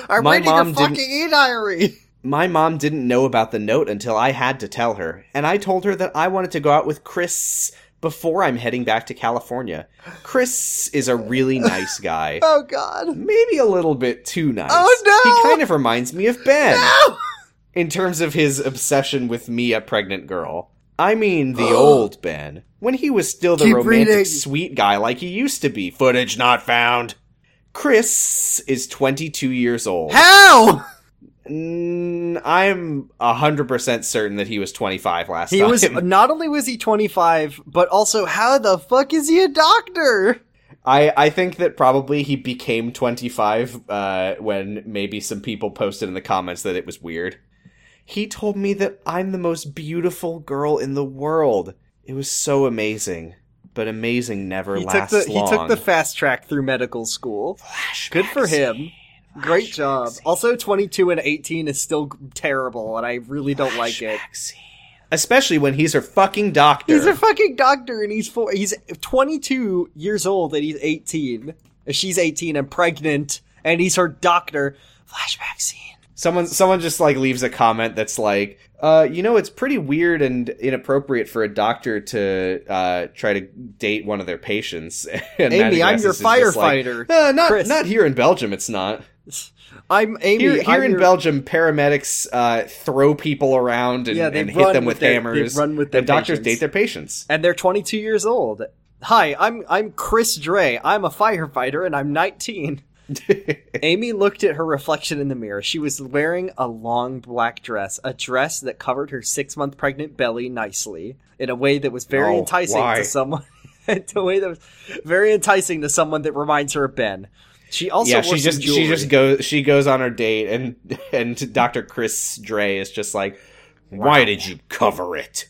I'm My reading mom your fucking didn't- e-diary! My mom didn't know about the note until I had to tell her, and I told her that I wanted to go out with Chris before I'm heading back to California. Chris is a really nice guy. Oh, God. Maybe a little bit too nice. Oh, no! He kind of reminds me of Ben No! in terms of his obsession with me, a pregnant girl. I mean, the old Ben, when he was still the Keep romantic, reading. sweet guy like he used to be. Footage not found. Chris is 22 years old. How? Mm, I'm hundred percent certain that he was 25 last He time. was, not only was he 25, but also how the fuck is he a doctor? I I think that probably he became 25 uh, when maybe some people posted in the comments that it was weird. He told me that I'm the most beautiful girl in the world. It was so amazing, but amazing never He took, lasts the, he long. took the fast track through medical school. Flash Good for magazine. him. Great job. Also, 22 and 18 is still terrible, and I really don't like it. Magazine. Especially when he's her fucking doctor. He's a fucking doctor, and he's four. He's 22 years old, and he's 18. She's 18 and pregnant, and he's her doctor. Flashback scene. Someone someone just like leaves a comment that's like, uh, you know, it's pretty weird and inappropriate for a doctor to uh, try to date one of their patients. and Amy, I'm Madagascar your is just like, firefighter. "Uh, not Chris." not here in Belgium. It's not I'm Amy. here. Here I'm in your- Belgium, paramedics uh, throw people around and, Yeah, they and run hit them with with, their- they hammers. run with their and doctors patients. date their patients. and they're 22 years old. Hi, I'm I'm Chris Dre. I'm a firefighter, and I'm 19. Amy looked at her reflection in the mirror. She was wearing a long black dress, a dress that covered her six month pregnant belly nicely in a way that was very No, enticing Oh, why? to someone. in a way that was very enticing to someone that reminds her of Ben. She also yeah, wore she just some jewelry. she just goes she goes on her date and and Doctor Chris Dre is just like, why did you cover it?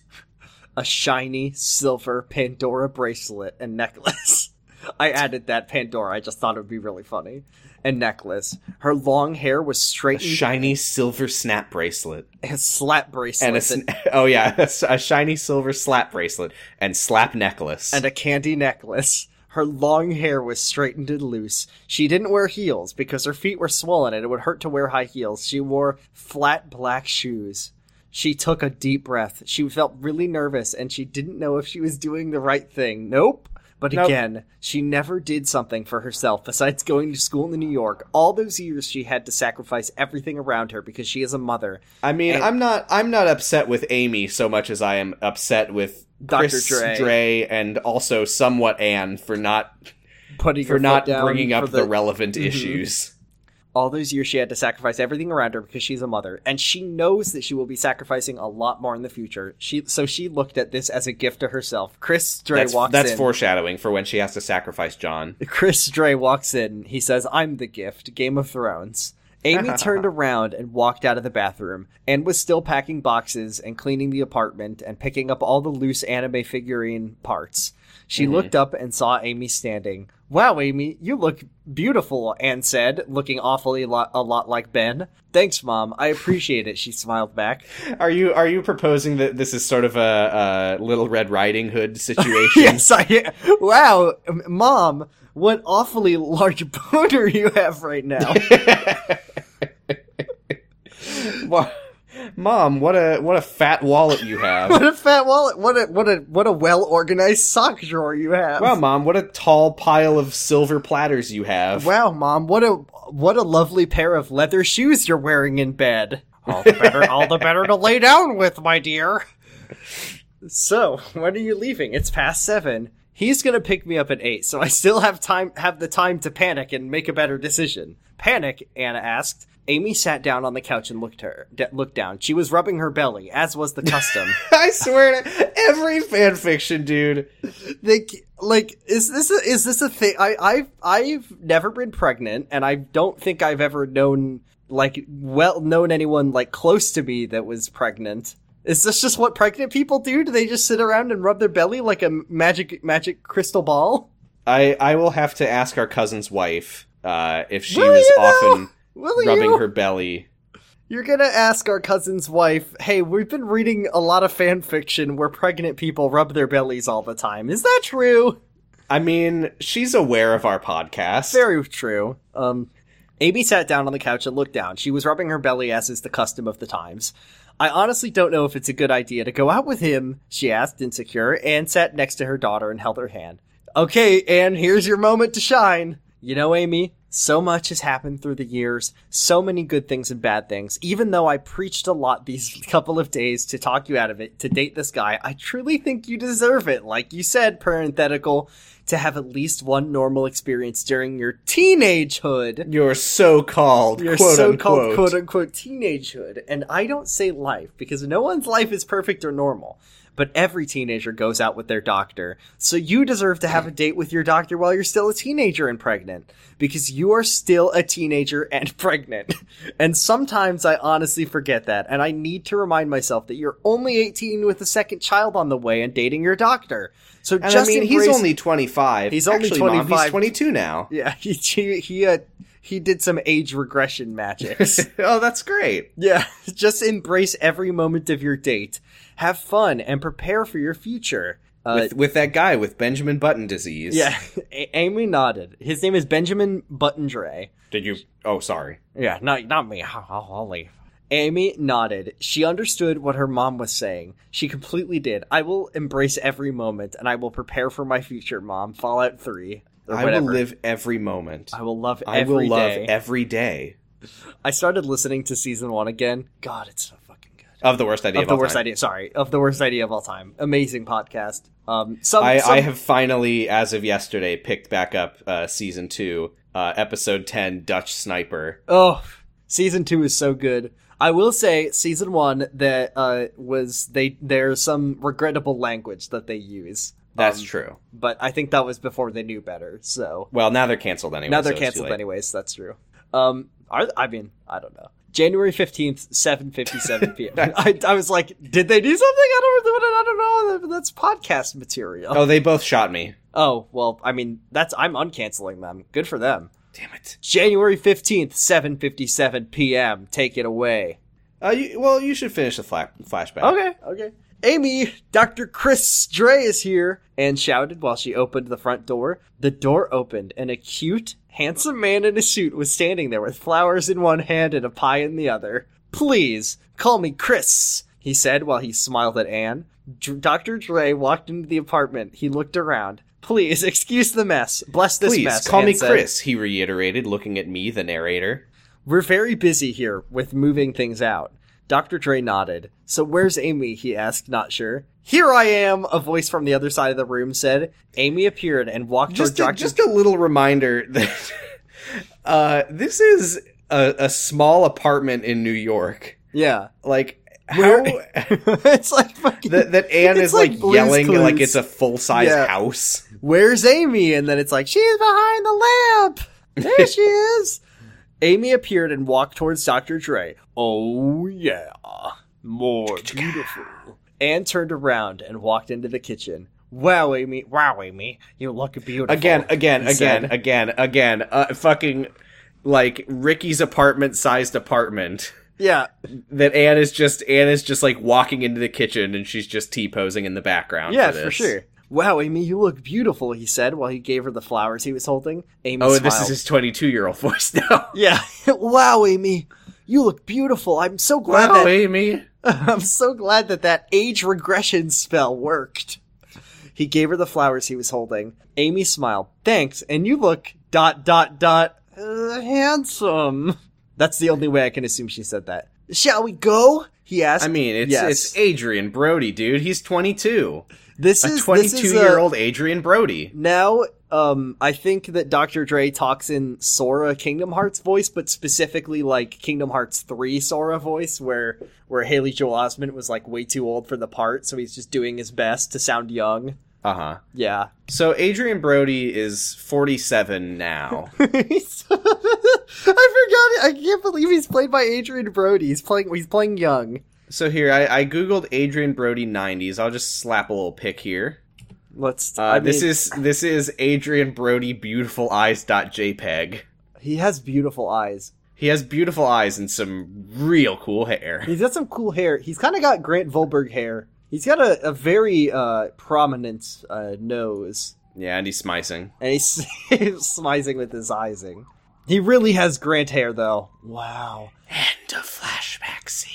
a shiny silver Pandora bracelet and necklace. I added that Pandora. I just thought it would be really funny. And necklace. Her long hair was A straightened. shiny silver snap bracelet. a slap bracelet and a that- sn- oh yeah, a s- a shiny silver slap bracelet and slap necklace. and a candy necklace. Her long hair was straightened and loose. She didn't wear heels because her feet were swollen and it would hurt to wear high heels. She wore flat black shoes. She took a deep breath. She felt really nervous and she didn't know if she was doing the right thing. Nope. But Nope. again, she never did something for herself besides going to school in New York. All those years she had to sacrifice everything around her because she is a mother. I mean, and- I'm not I'm not upset with Amy so much as I am upset with Dr. Chris Dre. and also somewhat Anne for not Putting her for foot not down bringing for up the, the Mm-hmm. relevant issues. all those years she had to sacrifice everything around her because she's a mother and she knows that she will be sacrificing a lot more in the future she so she looked at this as a gift to herself chris dre That's walks that's in foreshadowing for when she has to sacrifice John. chris dre walks in he says i'm the gift game of thrones amy turned around and walked out of the bathroom and was still packing boxes and cleaning the apartment and picking up all the loose anime figurine parts she looked up and saw amy standing Wow, Amy, you look beautiful, Anne said, looking awfully lo- a lot like Ben. Thanks, Mom. I appreciate it, she smiled back. Are you are you proposing that this is sort of a, a Little Red Riding Hood situation? Yes, I. Wow, M- Mom, what awfully large boner you have right now. Wha- Mom, what a what a fat wallet you have. what a fat wallet! What a what a what a well organized sock drawer you have. wow, Mom, what a tall pile of silver platters you have. Wow, mom, what a what a lovely pair of leather shoes you're wearing in bed. All the better, all the better to lay down with, my dear. So, when are you leaving? It's past seven. He's gonna pick me up at eight, so I still have time have the time to panic and make a better decision. Panic? Anna asked. Amy sat down on the couch and looked her d- looked down. She was rubbing her belly, as was the custom. I swear to every fanfiction, dude. they c- like is this a, is this a thing i i've i've never been pregnant and i don't think i've ever known like well known anyone like close to me that was pregnant is this just what pregnant people do do they just sit around and rub their belly like a magic magic crystal ball I I will have to ask our cousin's wife uh, if she Will was you, though? often will rubbing you her belly. you're gonna ask our cousin's wife hey we've been reading a lot of fan fiction where pregnant people rub their bellies all the time is that true I mean, she's aware of our podcast. Very true. Um, Amy sat down on the couch and looked down. She was rubbing her belly, as is the custom of the times. I honestly don't know if it's a good idea to go out with him, she asked, insecure, and sat next to her daughter and held her hand. Okay, Anne, here's your moment to shine. You know, Amy, so much has happened through the years, so many good things and bad things. Even though I preached a lot these couple of days to talk you out of it, to date this guy, I truly think you deserve it. Like you said, parenthetical, to have at least one normal experience during your teenagehood. Your so-called Your quote so called unquote. quote unquote teenagehood. And I don't say life because no one's life is perfect or normal. But every teenager goes out with their doctor. So you deserve to have a date with your doctor while you're still a teenager and pregnant. Because you are still a teenager and pregnant. and sometimes I honestly forget that. And I need to remind myself that you're only 18 with a second child on the way and dating your doctor. So and just I mean, embrace- he's only 25. He's only Actually, Mom, 25. he's 22 now. Yeah, he he he, uh, he did some age regression magics. oh, that's great. yeah, just embrace every moment of your date. Have fun and prepare for your future. Uh, with, with that guy with Benjamin Button disease. yeah, A- Amy nodded. His name is Benjamin Buttondre. Did you? Oh, sorry. Yeah, not not me. I'll, I'll leave. Amy nodded. She understood what her mom was saying. She completely did. I will embrace every moment, and I will prepare for my future, Mom. Fallout Three. Or I whatever. will live every moment. I will love. I will every love day. every day I started listening to season one again. God, it's so fucking good. of the worst idea. Of Of the all worst time. idea, sorry, of the worst idea of all time. Amazing podcast. Um, some, I, some- I have finally, as of yesterday, picked back up uh, season two, uh, episode ten, Dutch Sniper. oh, season two is so good. I will say, season one that uh, was they there's some regrettable language that they use. That's Um, true. but I think that was before they knew better. So Well, now they're canceled anyway. now they're so it's too canceled late. anyways. That's true. Um, are, I mean, I don't know. January fifteenth, seven fifty-seven p.m. I, I was like, did they do something? I don't, I don't know. That's podcast material. Oh, they both shot me. Oh, well, I mean, that's I'm uncanceling them. Good for them. Damn it. January 15th, 7:57 p.m. Take it away. Uh, you, well, you should finish the fla- flashback. Okay. Amy, Dr. Chris Dre is here and shouted while she opened the front door. The door opened and a cute, handsome man in a suit was standing there with flowers in one hand and a pie in the other. Please, call me Chris, he said while he smiled at Anne. Dr- Dr. Dre walked into the apartment. He looked around. Please, excuse the mess. Bless this Please mess. call me Anne said. Chris. He reiterated, looking at me, the narrator. We're very busy here with moving things out. Dr. Dre nodded. So where's Amy? he asked, not sure. Here I am, a voice from the other side of the room said. Amy appeared and walked just toward a, Dr. just a little reminder that uh, this is a, a small apartment in New York. yeah. Like how Where- it's like fucking, that, that Anne It's is like, like Blue's yelling Clues. like it's a full size Yeah. house. where's Amy? And then it's like, she's behind the lamp. There she is. Amy appeared and walked towards Dr. Dre. Oh, yeah. More beautiful. Anne turned around and walked into the kitchen. Wow, Amy, wow, Amy, you look beautiful. Again, again, he again, said. again, again. Uh, fucking like Ricky's apartment-sized apartment yeah, that Anne is just Anne is just like walking into the kitchen and she's just t posing in the background. yeah, for, for, this. sure. Wow, Amy, you look beautiful. He said while he gave her the flowers he was holding. Amy Oh, smiled. and this is his twenty-two-year-old voice now. yeah. wow, Amy, you look beautiful. I'm so glad Wow, that Amy. I'm so glad that that age regression spell worked. He gave her the flowers he was holding. Amy smiled. Thanks, and you look dot dot dot uh, handsome. That's the only way I can assume she said that. Shall we go? He asked. I mean, it's Yes. it's Adrian Brody, dude. He's twenty-two. this A is uh, this is a- twenty-two-year-old Adrian Brody. now. Um, I think that Dr. Dre talks in Sora Kingdom Hearts voice, but specifically like Kingdom Hearts three Sora voice, where where Haley Joel Osment was like way too old for the part, so he's just doing his best to sound young. Uh huh. Yeah. So Adrian Brody is forty-seven now. I forgot it. I can't believe he's played by Adrian Brody. He's playing he's playing young. so here, I, I googled Adrian Brody nineties. I'll just slap a little pic here. Let's Uh, I mean, this is this is Adrian Brody beautiful eyes dot JPEG. he has beautiful eyes. He has beautiful eyes and some real cool hair. He's got some cool hair. He's kind of got Grant Volberg hair. He's got a, a very uh, prominent uh, nose, Yeah, and he's smicing. and he's, he's smizing with his eyesing. He really has Grant hair, though. Wow. End of flashback scene.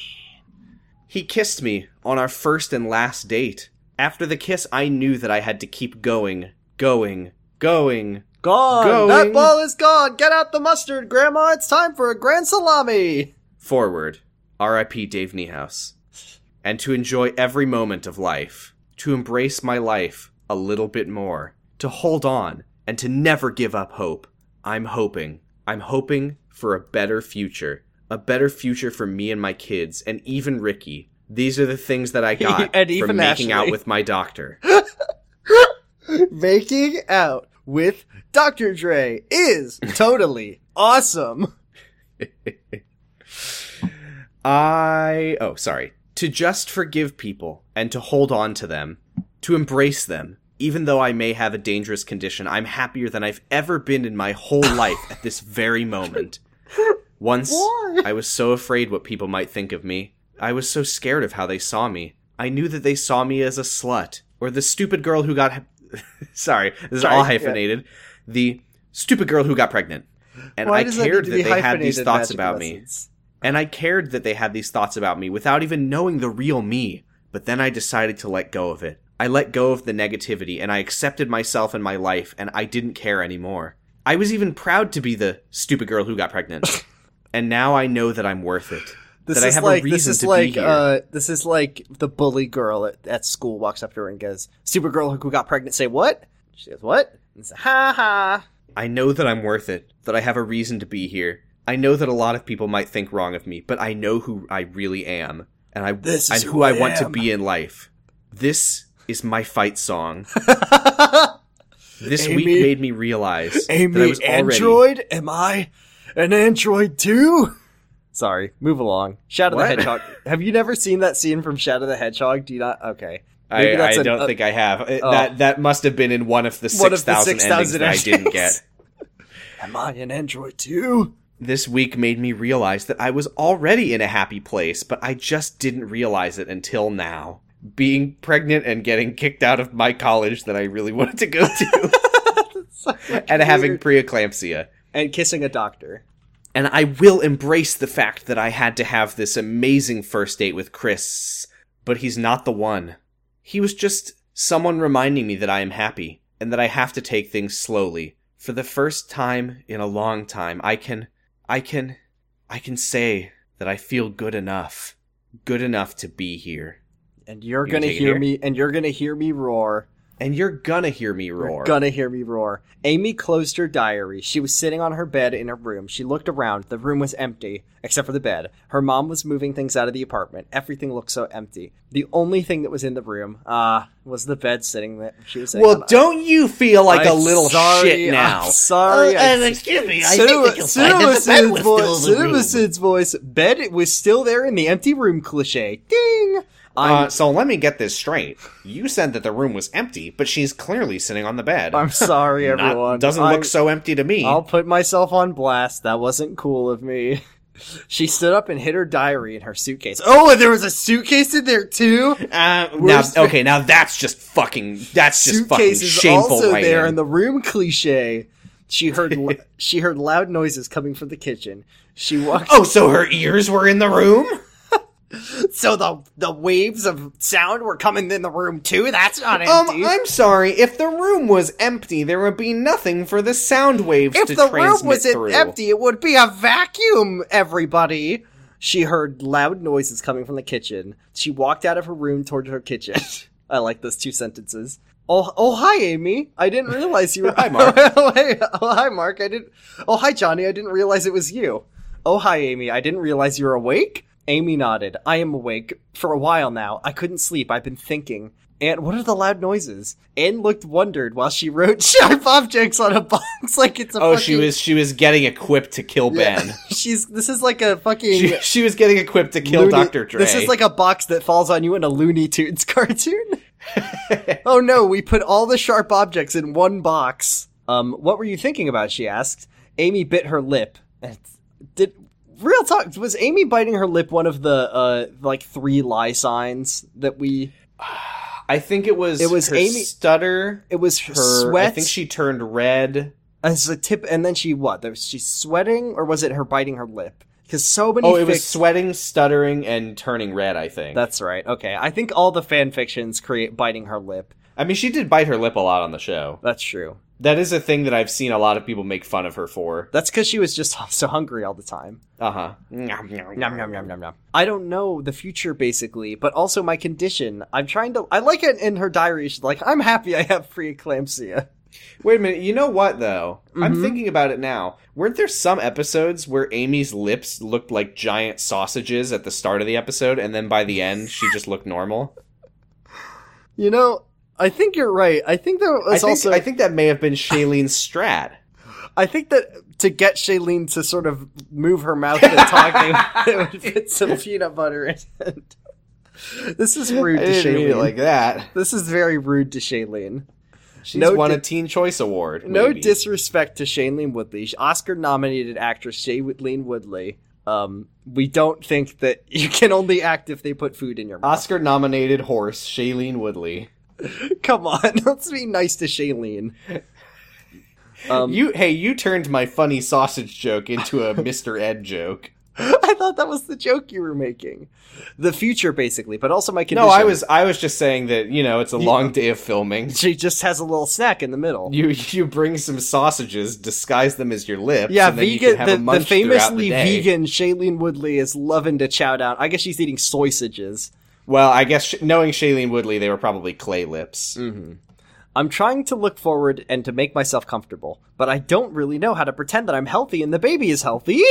He kissed me on our first and last date. After the kiss, I knew that I had to keep going, going, going. Gone. Going. That ball is gone. Get out the mustard, Grandma. It's time for a grand salami. Forward, R.I.P. Dave Niehaus. And to enjoy every moment of life, to embrace my life a little bit more, to hold on and to never give up hope. I'm hoping. I'm hoping for a better future. A better future for me and my kids, and even Ricky. These are the things that I got And even from making out Ashley. with my doctor. Making out with Dr. Dre is totally awesome. I. Oh, sorry. To just forgive people and to hold on to them, to embrace them. Even though I may have a dangerous condition, I'm happier than I've ever been in my whole life at this very moment. Once, Why? I was so afraid what people might think of me. I was so scared of how they saw me. I knew that they saw me as a slut, or the stupid girl who got. sorry, this is Sorry, all yeah. hyphenated. The stupid girl who got pregnant. And I cared that, they had these thoughts about me. And I cared that they had these thoughts about me without even knowing the real me. But then I decided to let go of it. I let go of the negativity and I accepted myself and my life and I didn't care anymore. I was even proud to be the stupid girl who got pregnant. and now I know that I'm worth it. This that I is have like a reason this is to like be here. uh this is like the bully girl at, at school walks up to her and goes, "Supergirl who got pregnant." Say what? She goes, "What?" And says, "Ha ha." I know that I'm worth it, that I have a reason to be here. I know that a lot of people might think wrong of me, but I know who I really am, and I This and is who, who I, I want to am. be in life. This is my fight song. This week Amy- made me realize that I was already am I an android too? Sorry, move along. Shadow What? the Hedgehog. Have you never seen that scene from Shadow the Hedgehog? Do you not? Okay. I, Maybe that's I an- don't uh, think I have. Uh, oh. That that must have been in one of the One six of the thousand endings 6,000 that I didn't endings. get. Am I an android too? This week made me realize that I was already in a happy place, but I just didn't realize it until now. Being pregnant and getting kicked out of my college that I really wanted to go to, and having preeclampsia. and kissing a doctor. And I will embrace the fact that I had to have this amazing first date with Chris, but he's not the one. He was just someone reminding me that I am happy and that I have to take things slowly. For the first time in a long time, I can, I can, I can say that I feel good enough. Good enough to be here. And you're You gonna take it hear here? me. And you're gonna hear me roar. And you're gonna hear me You're roar. gonna hear me roar. Amy closed her diary. She was sitting on her bed in her room. She looked around. The room was empty, except for the bed. Her mom was moving things out of the apartment. Everything looked so empty. The only thing that was in the room, ah, was the bed sitting there. She was sitting well, on- don't you feel like a I'm little sorry, shit now? Oh, I'm sorry. I- excuse me, Cinemacid's voice, Cinemacid's voice, bed was still there in the empty room cliche. Ding! I'm Uh, so let me get this straight. You said that the room was empty, but she's clearly sitting on the bed. I'm sorry, Not- everyone. doesn't I'm- look so empty to me. I'll put myself on blast. That wasn't cool of me. She stood up and hid her diary in her suitcase. Oh, and there was a suitcase in there too. Uh, now, Worst- okay, now that's just fucking. That's just fucking suitcase is shameful. also writing. there in the room. Cliche. She heard l- she heard loud noises coming from the kitchen. She walked. oh, so her ears were in the room. so the the waves of sound were coming in the room too. That's not Um, empty. I'm sorry. If the room was empty, there would be nothing for the sound waves if to the room transmit wasn't through. empty, it would be a vacuum, everybody. She heard loud noises coming from the kitchen. She walked out of her room toward her kitchen. I like those two sentences. Oh, oh, hi, Amy. I didn't realize you were. Hi, Mark. oh, hey, oh, hi, Mark. I didn't. Oh, hi, Johnny. I didn't realize it was you. Oh, hi, Amy. I didn't realize you were awake. Amy nodded. I am awake for a while now. I couldn't sleep. I've been thinking. Anne, what are the loud noises? Anne looked wondered while she wrote sharp objects on a box like it's a Oh, fucking... she was she was getting equipped to kill Ben. She's this is like a fucking She, she was getting equipped to kill Looney- Doctor Dre. This is like a box that falls on you in a Looney Tunes cartoon. oh no, we put all the sharp objects in one box. Um, what were you thinking about? She asked. Amy bit her lip. Did real talk? Was Amy biting her lip one of the uh like three lie signs that we? I think it was It was her Amy- stutter. It was Her sweat. I think she turned red. as a tip, and then she what? There was she sweating, or was it her biting her lip? Because so many. Oh, it was fic- sweating, stuttering, and turning red. I think. That's right. Okay, I think all the fan fictions create biting her lip. I mean, she did bite her lip a lot on the show. That's true. That is a thing that I've seen a lot of people make fun of her for. That's because she was just so hungry all the time. Uh huh. Nom, nom, nom, nom, nom. I don't know the future, basically, but also my condition. I'm trying to. I like it in her diary. She's like, I'm happy I have preeclampsia. Wait a minute. You know what though? I'm Mhm. thinking about it now. Weren't there some episodes where Amy's lips looked like giant sausages at the start of the episode, and then by the end she just looked normal? You know, I think you're right. I think there I was think, also. I think that may have been Shailene Strat. I think that to get Shailene to sort of move her mouth and talk, they would they would put some peanut butter in it. This is rude to I didn't mean it Shailene. like that. this is very rude to Shailene. She's No won di- a Teen Choice Award. No maybe. disrespect to Shailene Woodley, Oscar nominated actress Shailene Woodley. Um, we don't think that you can only act if they put food in your mouth. Oscar nominated horse Shailene Woodley. Come on, let's be nice to Shailene. Um, You hey, you turned my funny sausage joke into a Mr. Ed joke. I thought that was the joke you were making. The future, basically, but also my condition. No, I was I was just saying that you know it's a long day of filming. She just has a little snack in the middle. You you bring some sausages, disguise them as your lips. yeah, and then you can vegan. have a the, the munch throughout famously the day. vegan Shailene Woodley is loving to chow down. I guess she's eating sausages. Well, I guess sh- knowing Shailene Woodley, they were probably clay lips. I'm trying to look forward and to make myself comfortable, but I don't really know how to pretend that I'm healthy and the baby is healthy.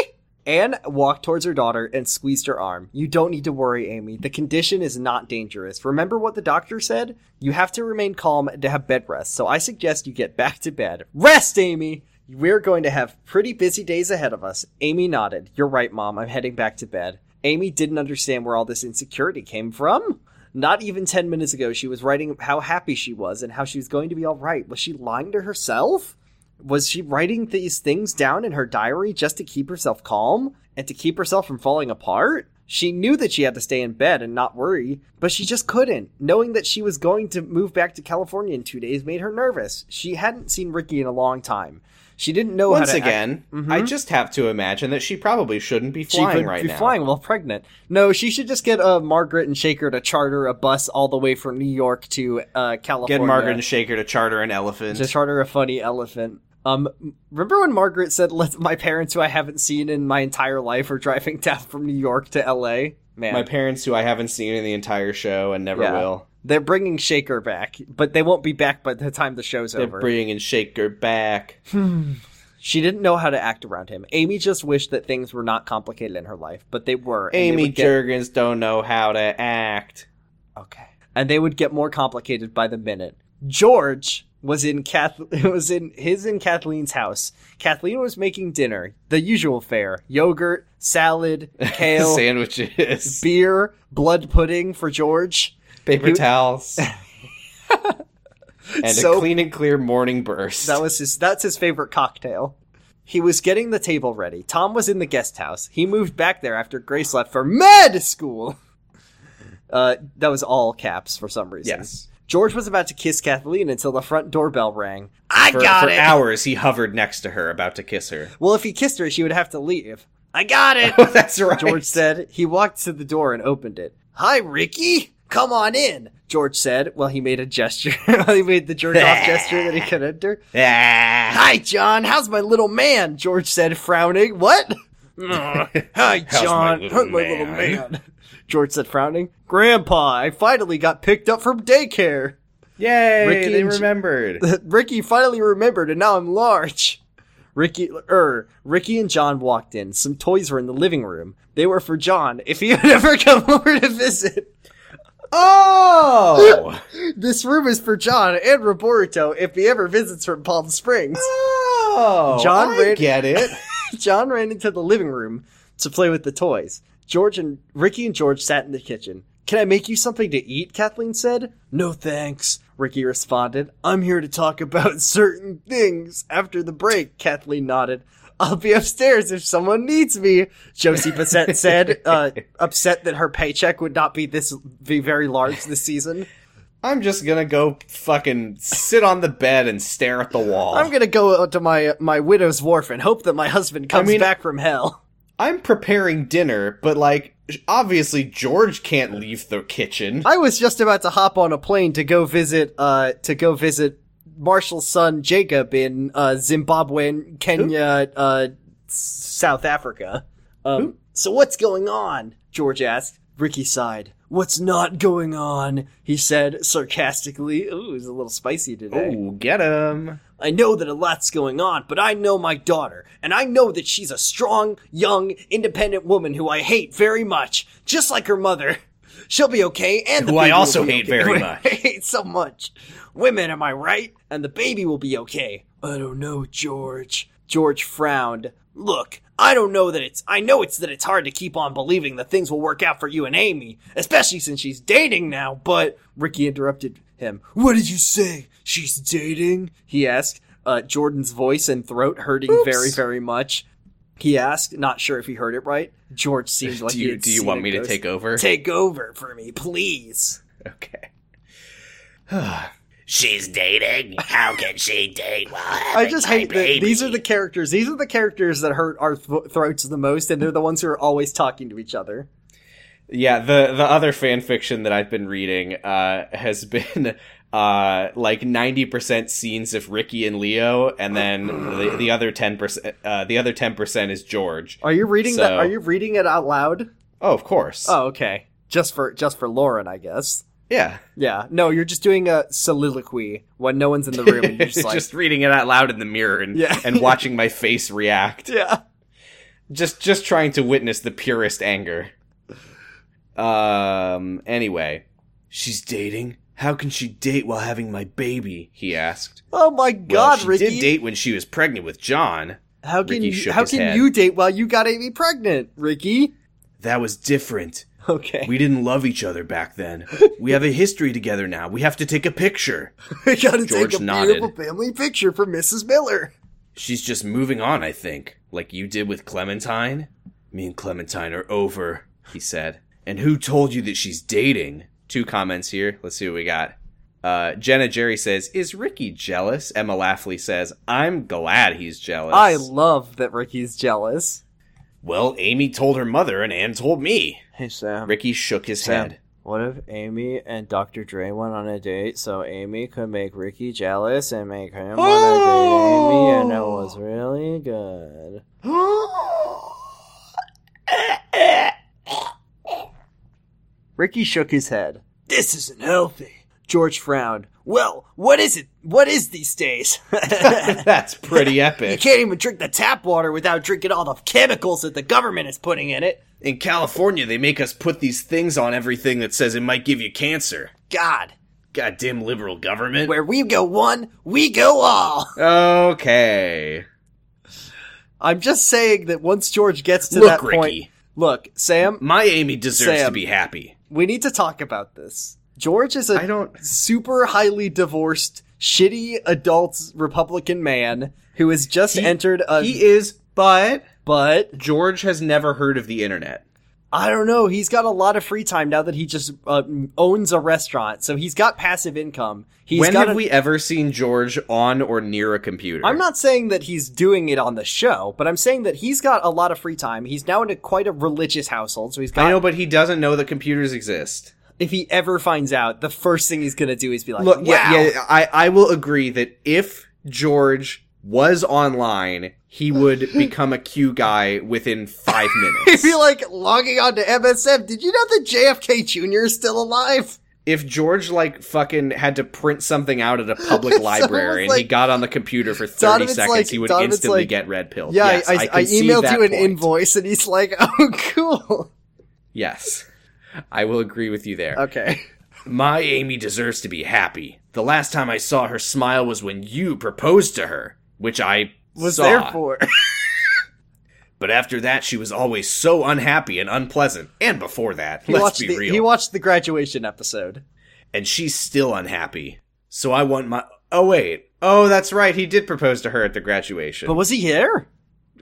Anne walked towards her daughter and squeezed her arm. You don't need to worry, Amy. The condition is not dangerous. Remember what the doctor said? You have to remain calm and to have bed rest, so I suggest you get back to bed. Rest, Amy! We're going to have pretty busy days ahead of us. Amy nodded. You're right, Mom. I'm heading back to bed. Amy didn't understand where all this insecurity came from. Not even 10 minutes ago, she was writing how happy she was and how she was going to be all right. Was she lying to herself? Was she writing these things down in her diary just to keep herself calm and to keep herself from falling apart? She knew that she had to stay in bed and not worry, but she just couldn't. Knowing that she was going to move back to California in two days made her nervous. She hadn't seen Ricky in a long time. She didn't know Once how to act- again, I just have to imagine that she probably shouldn't be flying she could right be now. flying while pregnant. No, she should just get uh, Margaret and Shaker to charter a bus all the way from New York to uh, California. Get Margaret and Shaker to charter an elephant. to charter a funny elephant. Um, remember when Margaret said, "Let my parents, who I haven't seen in my entire life, are driving down from New York to L.A." Man, My parents, who I haven't seen in the entire show and never Yeah. will, they're bringing Shaker back, but they won't be back by the time the show's they're over. bringing Shaker back. she didn't know how to act around him. Amy just wished that things were not complicated in her life, but they were. and they Amy would get- Jurgens don't know how to act. Okay. And they would get more complicated by the minute. George was in Kath was in his and Kathleen's house. Kathleen was making dinner, the usual fare: yogurt, salad, kale, Sandwiches, beer, blood pudding for George. paper he- towels, and a So- clean and clear morning burst. That was his. That's his favorite cocktail. He was getting the table ready. Tom was in the guest house. He moved back there after Grace left for med school. Uh, that was all caps for some reason. yes. George was about to kiss Kathleen until the front doorbell rang. I For, got for it. hours, he hovered next to her, about to kiss her. Well, if he kissed her, she would have to leave. I got it. Oh, that's right. George said. He walked to the door and opened it. Hi, Ricky. Come on in. George said. Well, he made a gesture. he made the jerk off gesture that he could enter. Ah. Hi, John. How's my little man? George said, frowning. What? Hi, John. How's my little man? George said, frowning. Grandpa, I finally got picked up from daycare. Yay! Ricky they and J- remembered. Ricky finally remembered, and now I'm large. Ricky, er, Ricky and John walked in. Some toys were in the living room. They were for John if he would ever come over to visit. oh! This room is for John and Roboruto if he ever visits from Palm Springs. Oh! John I Rid- get it. John ran into the living room to play with the toys. George and Ricky and George sat in the kitchen. Can I make you something to eat? Kathleen said. No thanks, Ricky responded. I'm here to talk about certain things after the break, Kathleen nodded. I'll be upstairs if someone needs me, Josie Bassett said, uh, upset that her paycheck would not be this be very large this season. I'm just gonna go fucking sit on the bed and stare at the wall. I'm I'm, gonna go out to my my widow's wharf and hope that my husband comes mean- back from hell. preparing dinner, but like, obviously George can't leave the kitchen. I was just about to hop on a plane to go visit uh to go visit Marshall's son Jacob in uh Zimbabwe and Kenya uh S- South Africa. Um so what's going on? George asked. Ricky sighed. What's not going on? He said sarcastically. Ooh, he's a little spicy today. Ooh, get him. I know that a lot's going on, but I know my daughter, and I know that she's a strong, young, independent woman who I hate very much, just like her mother. She'll be okay, and the Who I baby will also be hate okay. very much. I hate so much. Women, am I right? And the baby will be okay. I don't know, George. George frowned. Look, I don't know that it's. I know it's that it's hard to keep on believing that things will work out for you and Amy, especially since she's dating now. But Ricky interrupted him. What did you say? She's dating? He asked. Uh, Jordan's voice and throat hurting very, very much. He asked, not sure if he heard it right. George seemed like do he you had do you seen want a me to ghost. take over? Take over for me, please. okay. She's dating. How can she date while I having just my hate that these are baby? the characters. These are the characters that hurt our th- throats the most, and they're the ones who are always talking to each other. Yeah, the the other fan fiction that I've been reading uh, has been uh, like ninety percent scenes of Ricky and Leo, and then the, the other ten percent uh, the other ten percent is George. Are you reading that? So- Are you reading it out loud? Oh, of course. Oh, okay. Just for just for Lauren, I guess. yeah. Yeah. No, you're just doing a soliloquy when no one's in the room. And you're just like, just reading it out loud in the mirror and Yeah. and watching my face react. yeah. Just just trying to witness the purest anger. Um anyway, she's dating. How can she date while having my baby? he asked. Oh my Well, God, she Ricky. did date when she was pregnant with John. How can Ricky you, shook how his can head. you date while you got Amy pregnant, Ricky? That was different. Okay. We didn't love each other back then. We have a history together now. We have to take a picture. We gotta George take a nodded. beautiful family picture for Mrs. Miller. She's just moving on, I think, like you did with Clementine. Me and Clementine are over, he said. And who told you that she's dating? Two comments here. Let's see what we got. Uh, Jenna Jerry says, Is Ricky jealous? Emma Laughley says, I'm glad he's jealous. I love that Ricky's jealous. well, Amy told her mother and Anne told me. Hey Sam, Ricky shook his Sam. head. what if Amy and Dr. Dre went on a date so Amy could make Ricky jealous and make him want to date Amy, and it was really good. Ricky shook his head. This isn't healthy. George frowned. Well, what is it? What is these days? That's pretty You epic. can't even drink the tap water without drinking all the chemicals that the government is putting in it. In California, they make us put these things on everything that says it might give you cancer. God. goddamn liberal government. Where we go one, we go all. Okay. I'm just saying that once George gets to Look, that Ricky, point, look, Sam, my Amy deserves to Sam. be happy. we need to talk about this. George is I a don't. super highly divorced, shitty adult Republican man who has just He- entered a. He is, but but George has never heard of the internet. I don't know. He's got a lot of free time now that he just uh, owns a restaurant, so he's got passive income. He's when got have a- we ever seen George on or near a computer? I'm not saying that he's doing it on the show, but I'm saying that he's got a lot of free time. He's now into quite a religious household, so he's got. I know, but he doesn't know that computers exist. if he ever finds out, the first thing he's gonna do is be like, Look, "Wow, yeah, yeah, I, I will agree that if George was online, he would become a Q guy within five If minutes. you like logging on to MSF, did you know that JFK Jr. is still alive? if George like fucking had to print something out at a public It's library and almost he like- got on the computer for thirty Donovan's seconds, like- he would Donovan's instantly like- get red pilled. Yeah, yes, I, I, can I see emailed that you an point. invoice and he's like, oh, cool. Yes, I will agree with you there. Okay. My Amy deserves to be happy. The last time I saw her smile was when you proposed to her, which I Was saw. there for? But after that, she was always so unhappy and unpleasant. And before that, He let's watched, be the, real, he watched the graduation episode. and she's still unhappy. So I want my. Oh wait, Oh, that's right. He did propose to her at the graduation. But was he here?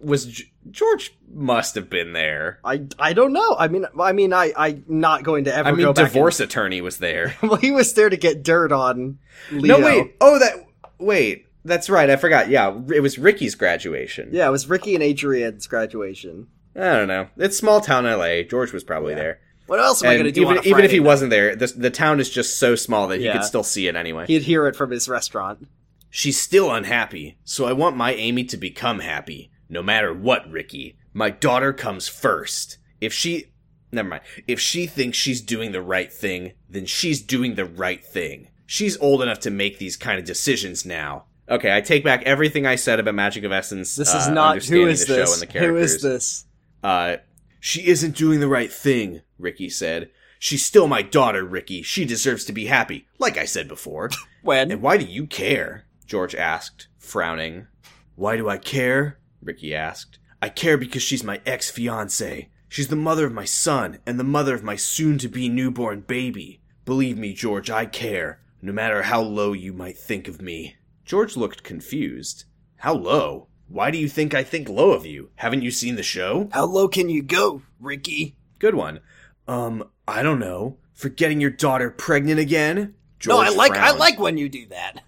was G- George must have been there. I, I don't know. I mean, I mean, I I'm not going to ever I go mean, back. divorce attorney was there. and- well, he was there to get dirt on. Leo. No, wait. Oh, that. Wait, that's right. I forgot. Yeah, it was Ricky's graduation. Yeah, it was Ricky and Adrian's graduation. I don't know. It's small town L.A. George was probably there. What else am I And going to do? even, on a even if Friday he night? wasn't there, the, the town is just so small that he Yeah. could still see it anyway. he'd hear it from his restaurant. she's still unhappy. So I want my Amy to become happy, no matter what, Ricky. My daughter comes first. If she, never mind. If she thinks she's doing the right thing, then she's doing the right thing. She's old enough to make these kind of decisions now. okay, I take back everything I said about Magic of Essence. This uh, is not who understanding is the this? Show and the who is characters. this? Uh, She isn't doing the right thing, Ricky said. She's still my daughter, Ricky. She deserves to be happy, like I said before. When And why do you care? George asked, frowning. Why do I care? Ricky asked. I care because she's my ex fiance. She's the mother of my son and the mother of my soon to be newborn baby. Believe me, George, I care, no matter how low you might think of me. George looked confused. How low? Why do you think I think low of you? Haven't you seen the show? how low can you go, Ricky? Good one. Um, I don't know. For getting your daughter pregnant again? George no, I like I frowned. like when you do that.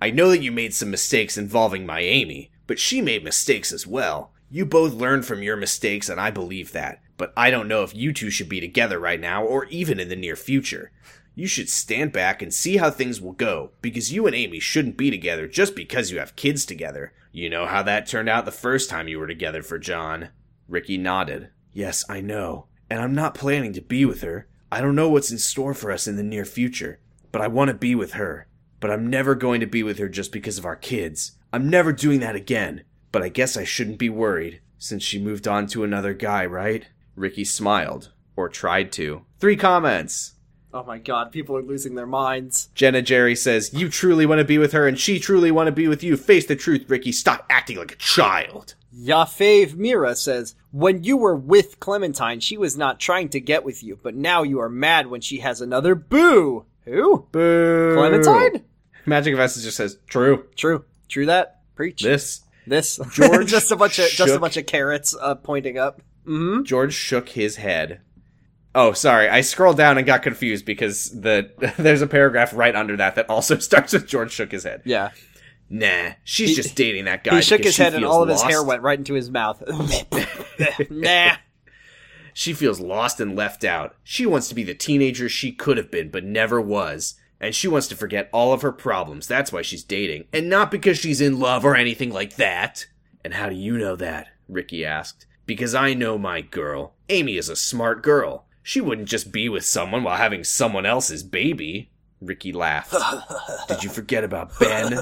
I know that you made some mistakes involving my Amy, but she made mistakes as well. You both learned from your mistakes, and I believe that. But I don't know if you two should be together right now or even in the near future. You should stand back and see how things will go, because you and Amy shouldn't be together just because you have kids together. You know how that turned out the first time you were together for John. Ricky nodded. Yes, I know. And I'm not planning to be with her. I don't know what's in store for us in the near future, but I want to be with her. But I'm never going to be with her just because of our kids. I'm never doing that again. But I guess I shouldn't be worried, since she moved on to another guy, right? Ricky smiled, or tried to. Three comments. Oh my god, people are losing their minds. Jenna Jerry says, You truly want to be with her, and she truly want to be with you. Face the truth, Ricky. Stop acting like a child. Yafave Mira says, "When you were with Clementine, she was not trying to get with you, but now you are mad when she has another boo." Who? Boo. Clementine? Magic of Essence just says, True. True. True that. Preach. This. This. George just a bunch of just a shook- bunch of carrots uh, pointing up. Mm-hmm. George shook his head. Oh, sorry. I scrolled down and got confused because the there's a paragraph right under that that also starts with George shook his head. Yeah. Nah, she's He- just dating that guy. He shook because his she head and feels all of his lost. hair went right into his mouth. nah. She feels lost and left out. She wants to be the teenager she could have been but never was. And she wants to forget all of her problems. That's why she's dating. And not because she's in love or anything like that. And how do you know that? Ricky asked. Because I know my girl. Amy is a smart girl. She wouldn't just be with someone while having someone else's baby. Ricky laughed. Did you forget about Ben?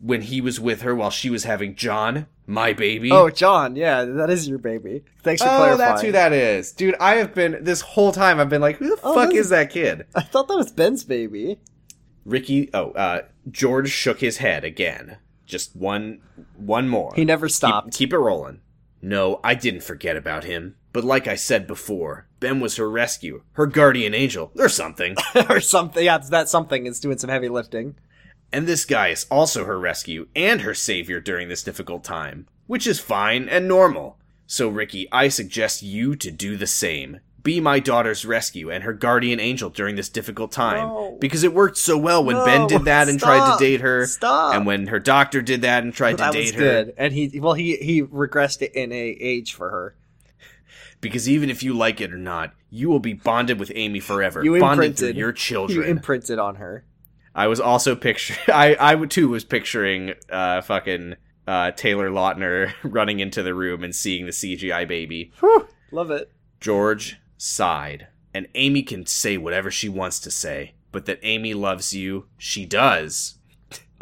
when he was with her while she was having John? My baby. Oh, John, yeah, that is your baby. Thanks for Oh, clarifying. that's who that is, dude. I have been this whole time. I've been like, who the Oh, fuck that's- is that kid? I thought that was Ben's baby. Ricky. Oh, uh, George shook his head again. Just one, one more. He never Keep, stopped. keep it rolling. No, I didn't forget about him. But like I said before, Ben was her rescue, her guardian angel, or something. or something. Yeah, that something is doing some heavy lifting. and this guy is also her rescue and her savior during this difficult time, which is fine and normal. So, Ricky, I suggest you to do the same. Be my daughter's rescue and her guardian angel during this difficult time No. because it worked so well when No, Ben did that and tried stop, to date her, stop. and when her doctor did that and tried That to was date her. good. And he, well, he he regressed it in a age for her. Because even if you like it or not, you will be bonded with Amy forever, You bonded through imprinted- your You children. imprinted on her. I was also picturing. I I would too was picturing uh fucking uh Taylor Lautner running into the room and seeing the CGI baby. Love it. George sighed, and Amy can say whatever she wants to say, but that Amy loves you, she does.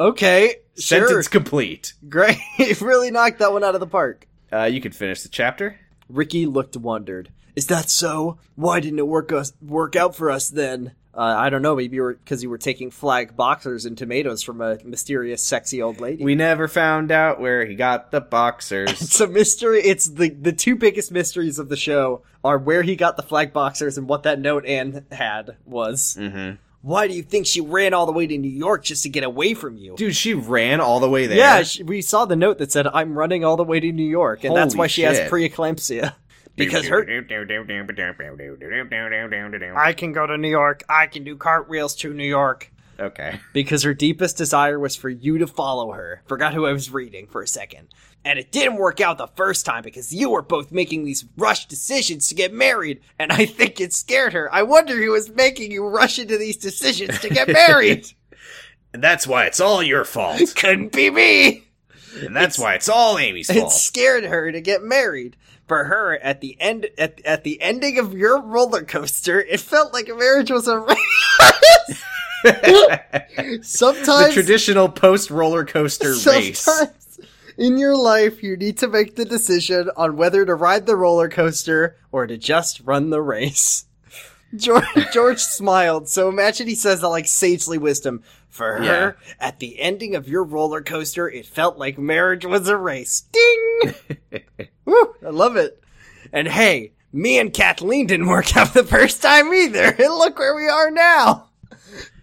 Okay, Sentence complete. sure. Great. You really knocked that one out of the park. Uh, you could finish the chapter. Ricky looked wondered. Is that so? Why didn't it work us work out for us then? Uh, I don't know. Maybe you were because you were taking flag boxers and tomatoes from a mysterious, sexy old lady. We never found out where he got the boxers. it's a mystery. It's the the two biggest mysteries of the show are where he got the flag boxers and what that note Anne had was. Mhm. Why do you think she ran all the way to New York just to get away from you? Dude, she ran all the way there. yeah, she, we saw the note that said, "I'm running all the way to New York," and that's Holy why she has shit. preeclampsia. Because her, I can go to New York. I can do cartwheels to New York. Okay. Because her deepest desire was for you to follow her. Forgot who I was reading for a second. And it didn't work out the first time because you were both making these rushed decisions to get married. And I think it scared her. I wonder who was making you rush into these decisions to get married. And that's why it's all your fault. Couldn't be me. And that's why it's all Amy's It fault. scared her to get married. For her, at the end, at, at the ending of your roller coaster, it felt like a marriage was a race. The Sometimes traditional post roller coaster race. Sometimes in your life, you need to make the decision on whether to ride the roller coaster or to just run the race. George, George smiled, so imagine he says that like sagely wisdom. For her, Yeah. at the ending of your roller coaster, it felt like marriage was a race. Ding! Woo, I love it. And hey, me and Kathleen didn't work out the first time either, and look where we are now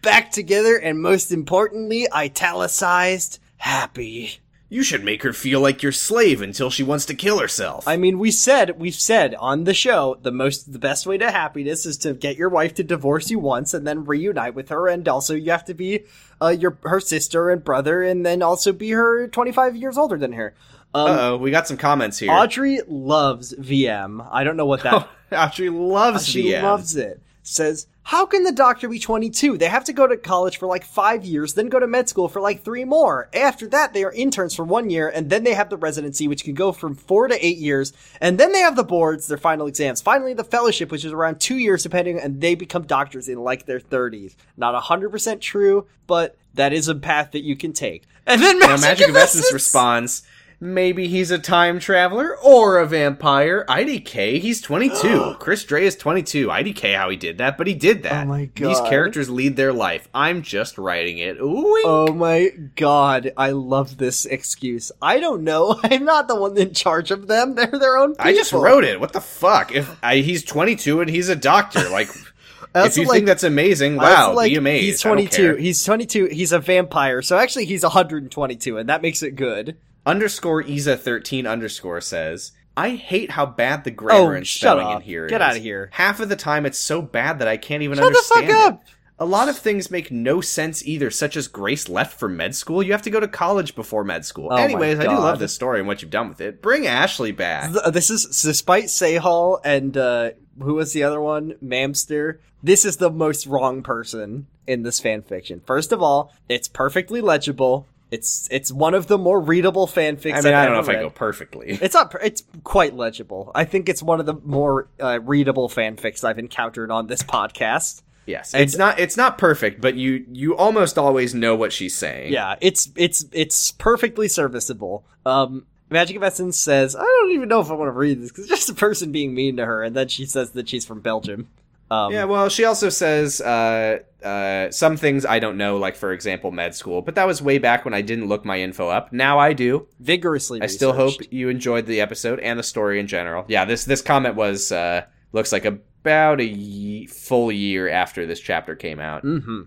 back together and most importantly italicized happy You should make her feel like your slave until she wants to kill herself. i mean we said we've said on the show the most the best way to happiness is to get your wife to divorce you once and then reunite with her and also you have to be uh, your her sister and brother and then also be her 25 years older than her um, Uh oh, we got some comments here. audrey loves vm i don't know what that Audrey loves She VM. loves it. Says, how can the doctor be 22? They have to go to college for like five years, then go to med school for like three more. After that, they are interns for one year, and then they have the residency, which can go from four to eight years. And then they have the boards, their final exams. Finally, the fellowship, which is around two years, depending, and they become doctors in like their 30s. Not 100% true, but that is a path that you can take. And then Now, Magic, Magic Investments Investments responds Maybe he's a time traveler or a vampire. IDK, he's 22. Chris Dre is 22. IDK, how he did that, but he did that. Oh my These God. characters lead their life. I'm just writing it. Ooh. Oh my god, I love this excuse. I don't know. I'm not the one in charge of them. They're their own people. I just wrote it. What the fuck? If I, he's 22 and he's a doctor, like if also you like- think that's amazing, I also wow, like, be amazed. He's I don't 22. care. He's 22. He's a vampire. So actually he's 122 and that makes it good. Underscore Isa 13 underscore says. I hate how bad the grammar Oh, and shut spelling up. in here is. Get outta here. Half of the time, it's so bad that I can't even Shut the fuck understand it. up. A lot of things make no sense either, such as Grace left for med school. You have to go to college before med school. Oh my Anyways, I do God. love this story and what you've done with it. Bring Ashley back. Th- This is despite Sehal and uh who was the other one? Mamster. This is the most wrong person in this fan fiction. First of all, it's perfectly legible. It's it's one of the more readable fanfics. I mean, I I've don't know ever if I read. go perfectly. It's not. It's quite legible. I think it's one of the more uh, readable fanfics I've encountered on this podcast. Yes, it's not. It's not perfect, but you you almost always know what she's saying. Yeah, it's it's it's perfectly serviceable. Um, Magic Essence says, I don't even know if I want to read this because it's just a person being mean to her. And then she says that she's from Belgium. Um, Yeah, well, she also says uh, uh, some things I don't know, like, for example, med school, but that was way back when I didn't look my info up. Now I do. vigorously. I still hope researched. you enjoyed the episode and the story in general. Yeah, this, this comment was, uh, looks like about a ye- full year after this chapter came out. Mm-hmm.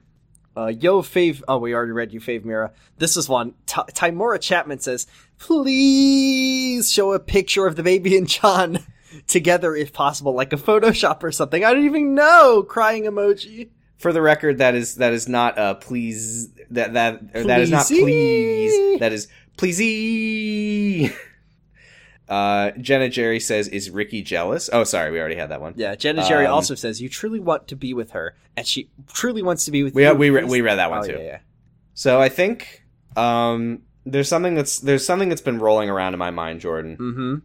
Uh, yo, Fave. Oh, we already read you, Fave Mira. This is one. T- Timora Chapman says, please show a picture of the baby and John together if possible, like a Photoshop or something. I don't even know. Crying emoji. For the record, that is that is not uh, please that that or that is not Pleasey. please. That is pleasey. Uh, Jenna Jerry says, "Is Ricky jealous?" Oh, sorry, we already had that one. Yeah, Jen and Jerry Um, also says, you truly want to be with her. And she truly wants to be with we you. we re- please." we read that Oh, one too. yeah, yeah. So I think um, there's something that's there's something that's been rolling around in my mind, Jordan. Mm-hmm.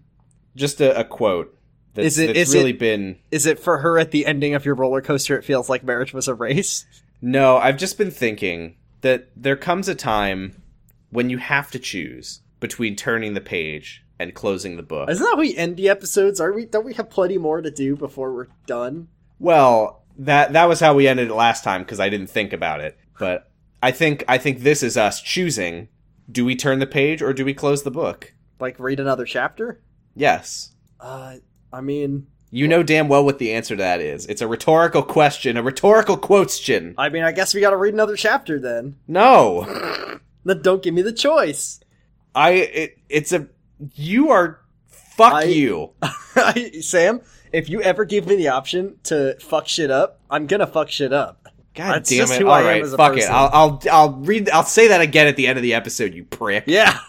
Just a, a quote that's, Is it- that's is really it- been. Is it for her at the ending of your roller coaster? It feels like marriage was a race. No, I've just been thinking that there comes a time when you have to choose between turning the page and closing the book. Isn't that how we end the episodes? Are we? Don't we have plenty more to do before we're done? Well, that that was how we ended it last time because I didn't think about it. But I think I think this is us choosing: do we turn the page or do we close the book? Like read another chapter? Yes. Uh, I mean, You know damn well what the answer to that is. It's a rhetorical question, a rhetorical quotation. I mean, I guess we got to read another chapter then. No, Then don't give me the choice. I. It, it's a. You are. Fuck I- you. Sam, if you ever give me the option to fuck shit up, I'm gonna fuck shit up. God that's damn just it! who I All am right, as a fuck it. person. I'll, I'll I'll read. I'll say that again at the end of the episode. You prick. Yeah.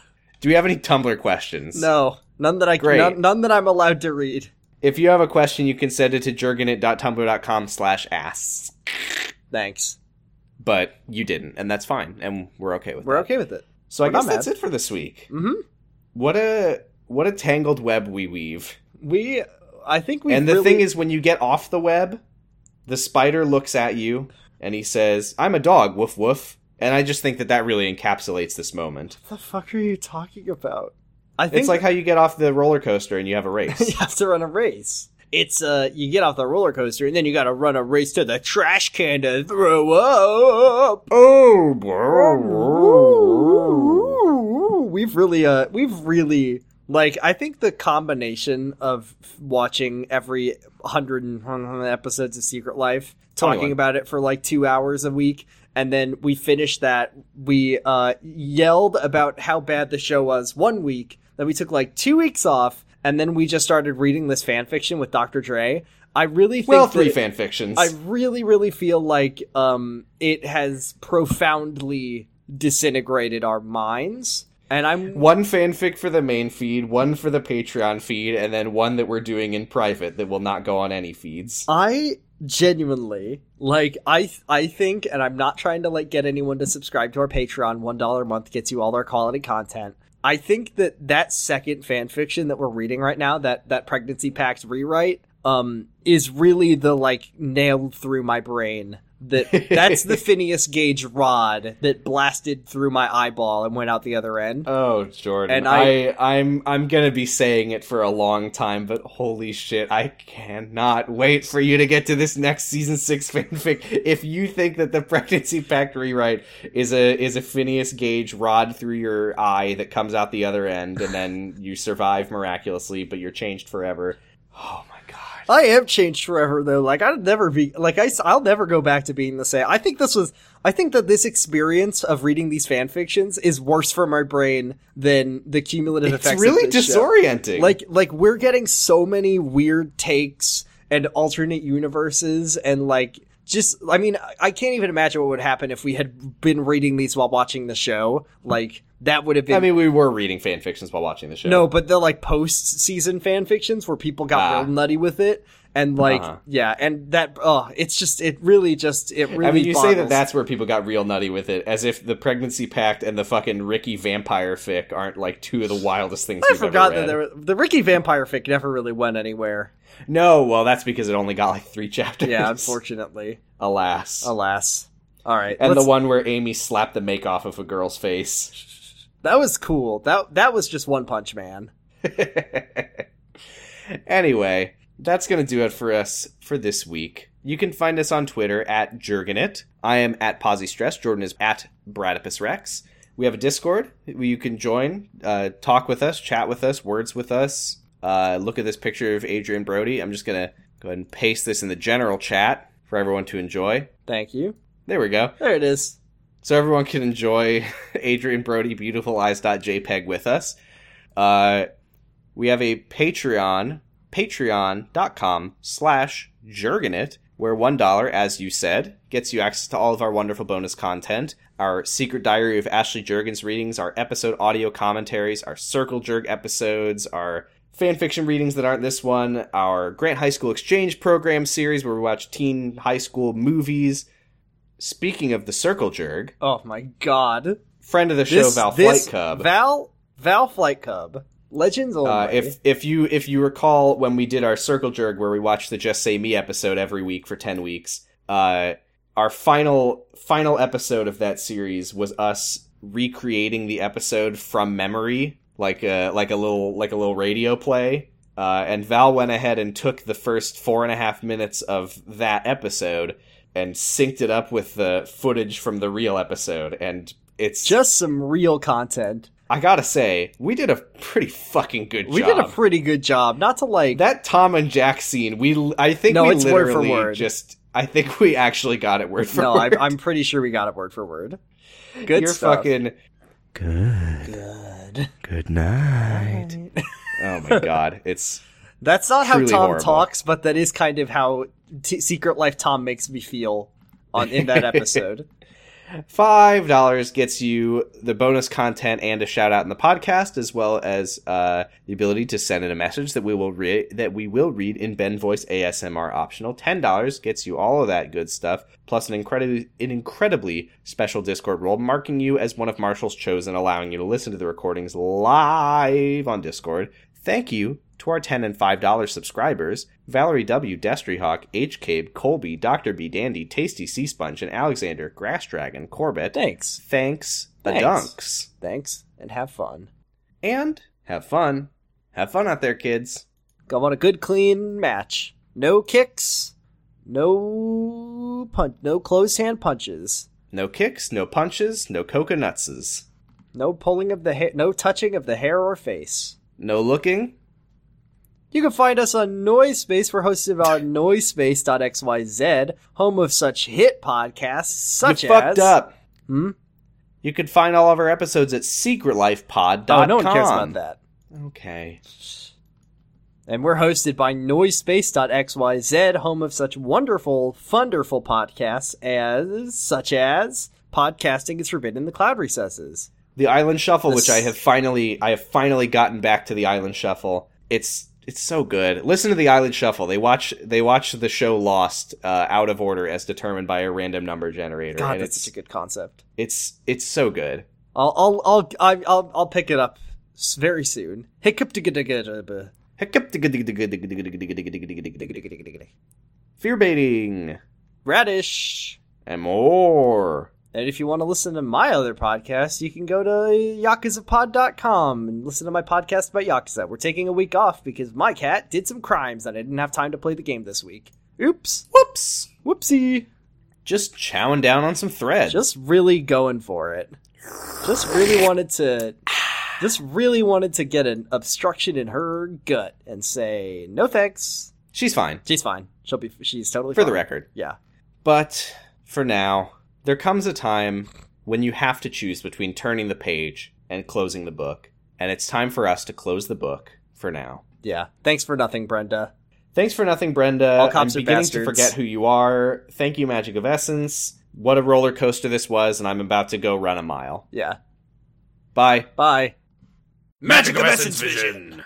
Do we have any Tumblr questions? No, none that I Great. none, none that I'm allowed to read. If you have a question, you can send it to jergenit.tumblr.com slash ass. Thanks. But you didn't, and that's fine, and we're okay with We're that. okay with it. So I we're guess not that's mad. it for this week. Mm-hmm. What a what a tangled web we weave. We, I think we. and the really- thing is, when you get off the web, the spider looks at you and he says, "I'm a dog, woof woof." And I just think that that really encapsulates this moment. the fuck are you talking about? I think It's like how you get off the roller coaster and you have a race. you have to run a race. It's uh, you get off the roller coaster and then you got to run a race to the trash can to throw up. oh, Ooh, we've really uh, we've really like I think the combination of watching every hundred and episodes of Secret Life, talking 21. about it for like two hours a week. And then we finished that. We uh, yelled about how bad the show was one week. Then we took like two weeks off, and then we just started reading this fan fiction with Dr. Dre. I really think well, three that- fan fictions. I really, really feel like um, it has profoundly disintegrated our minds, and I'm one fanfic for the main feed, one for the Patreon feed, and then one that we're doing in private that will not go on any feeds. I genuinely like I I think, and I'm not trying to like get anyone to subscribe to our Patreon. One dollar a month gets you all our quality content. I think that that second fan fiction that we're reading right now, that that pregnancy packs rewrite, um, is really the like nailed through my brain. That that's the Phineas Gage rod that blasted through my eyeball and went out the other end. Oh, Jordan, And I, I- I am I'm gonna be saying it for a long time, but holy shit, I cannot wait for you to get to this next season six fanfic. If you think that the pregnancy pact rewrite is a is a Phineas Gage rod through your eye that comes out the other end, and then you survive miraculously, but you're changed forever. Oh my god. I am changed forever though. Like I'll never be like I will never go back to being the same. I think this was I think that this experience of reading these fan fictions is worse for my brain than the cumulative It's effects. really of this show. disorienting. Like like we're getting so many weird takes and alternate universes and like just I mean I- I can't even imagine what would happen if we had been reading these while watching the show. Like that would have been I mean, we were reading fan fictions while watching the show. no, but the like post season fan fictions where people got Ah. real nutty with it, and like Uh-huh. yeah, and that oh, it's just it really just it really. I mean, you say that boggles- that's where people got real nutty with it, as if the pregnancy pact and the fucking Ricky vampire fic aren't like two of the wildest things. I we've forgot ever that read. there were, the Ricky vampire fic never really went anywhere. No, well, that's because it only got like three chapters. Yeah, unfortunately, alas. alas. All right, and let's- the one where Amy slapped the make off of a girl's face. That was cool. That that was just One Punch Man. anyway, that's going to do it for us for this week. You can find us on Twitter at Jurgenit. I am at Posy Stress. Jordan is at Bradipus Rex. We have a Discord where you can join, uh, talk with us, chat with us, words with us. Uh, look at this picture of Adrian Brody. I'm just going to go ahead and paste this in the general chat for everyone to enjoy. Thank you. There we go. There it is. So everyone can enjoy Adrian Brody beautiful eyes.jpg E with us. Uh, we have a Patreon, patreon.com slash jurgenit, where one dollar, as you said, gets you access to all of our wonderful bonus content, our secret diary of Ashley Jurgens readings, our episode audio commentaries, our Circle Jerk episodes, our fan fiction readings that aren't this one, our Grant High School Exchange Program series where we watch teen high school movies. Speaking of the Circle Jerk, Oh my god. friend of the show, Val this- Flight Cub. Val Val Flight Cub. Legends only. Uh, if if you if you recall when we did our circle jerk where we watched the just say me episode every week for 10 weeks uh our final final episode of that series was us recreating the episode from memory like a like a little like a little radio play uh, and val went ahead and took the first four and a half minutes of that episode and synced it up with the footage from the real episode and it's just some real content. i gotta say we did a pretty fucking good We job did a pretty good job. Not to like that Tom and Jack scene, we l- I think No, we it's word for literally word. just I think we actually got it word for No, word. I'm, I'm pretty sure we got it word for word. Good You're stuff. fucking Good. Good. Good night. Oh my god, it's That's not how Truly Tom horrible. talks, but that is kind of how T- Secret Life Tom makes me feel on in that episode. five dollars gets you the bonus content and a shout out in the podcast, as well as uh, the ability to send in a message that we will re- that we will read in Ben voice ASMR optional. Ten dollars gets you all of that good stuff, plus an incredibly an incredibly special Discord role, marking you as one of Marshall's chosen, allowing you to listen to the recordings live on Discord. Thank you to our ten and five dollar subscribers: Valerie W, Destryhawk, H Cabe, Colby, Doctor B Dandy, Tasty Sea Sponge, and Alexander Grass Dragon Corbett. Thanks. Thanks, the Thanks. dunks. Thanks, and have fun. And have fun. Have fun out there, kids. Go on a good clean match. No kicks. No punch. No closed hand punches. No kicks, no punches, no coconutses. No pulling of the hair. No touching of the hair or face. No looking. You can find us on Noisepace. We're hosted on Noisepace.xyz, home of such hit podcasts such you as. fucked up. Hmm? You could find all of our episodes at secretlifepod.com. Oh, no one cares about that. Okay. And we're hosted by Noisepace.xyz, home of such wonderful, wonderful podcasts as such as Podcasting is Forbidden in the Cloud Recesses. The Island Shuffle, The which I s- have finally, I have finally gotten back to the Island Shuffle. It's it's so good. Listen to the Island Shuffle. They watch they watch the show Lost uh, out of order as determined by a random number generator. God, and that's it's, such a good concept. it's it's so good. I'll I'll I'll I'll, I'll, I'll pick it up s- very soon. Hiccup digga Fear baiting Radish. and more. And if you want to listen to my other podcast, you can go to yakuzapod.com and listen to my podcast about Yakuza. We're taking a week off because my cat did some crimes and I didn't have time to play the game this week. Oops. Whoops! Whoopsie. Just chowing down on some thread. Just really going for it. Just really wanted to just really wanted to get an obstruction in her gut and say, "No thanks." She's fine She's fine. She'll be she's totally for fine. the record, Yeah. but for now, there comes a time when you have to choose between turning the page and closing the book, and it's time for us to close the book for now. Yeah. Thanks for nothing, Brenda. Thanks for nothing, Brenda. All cops I'm are beginning to bastards. forget who you are. Thank you, Magic of Essence. What a roller coaster this was, and I'm about to go run a mile. Yeah. Bye. Bye. Magic of Essence Vision!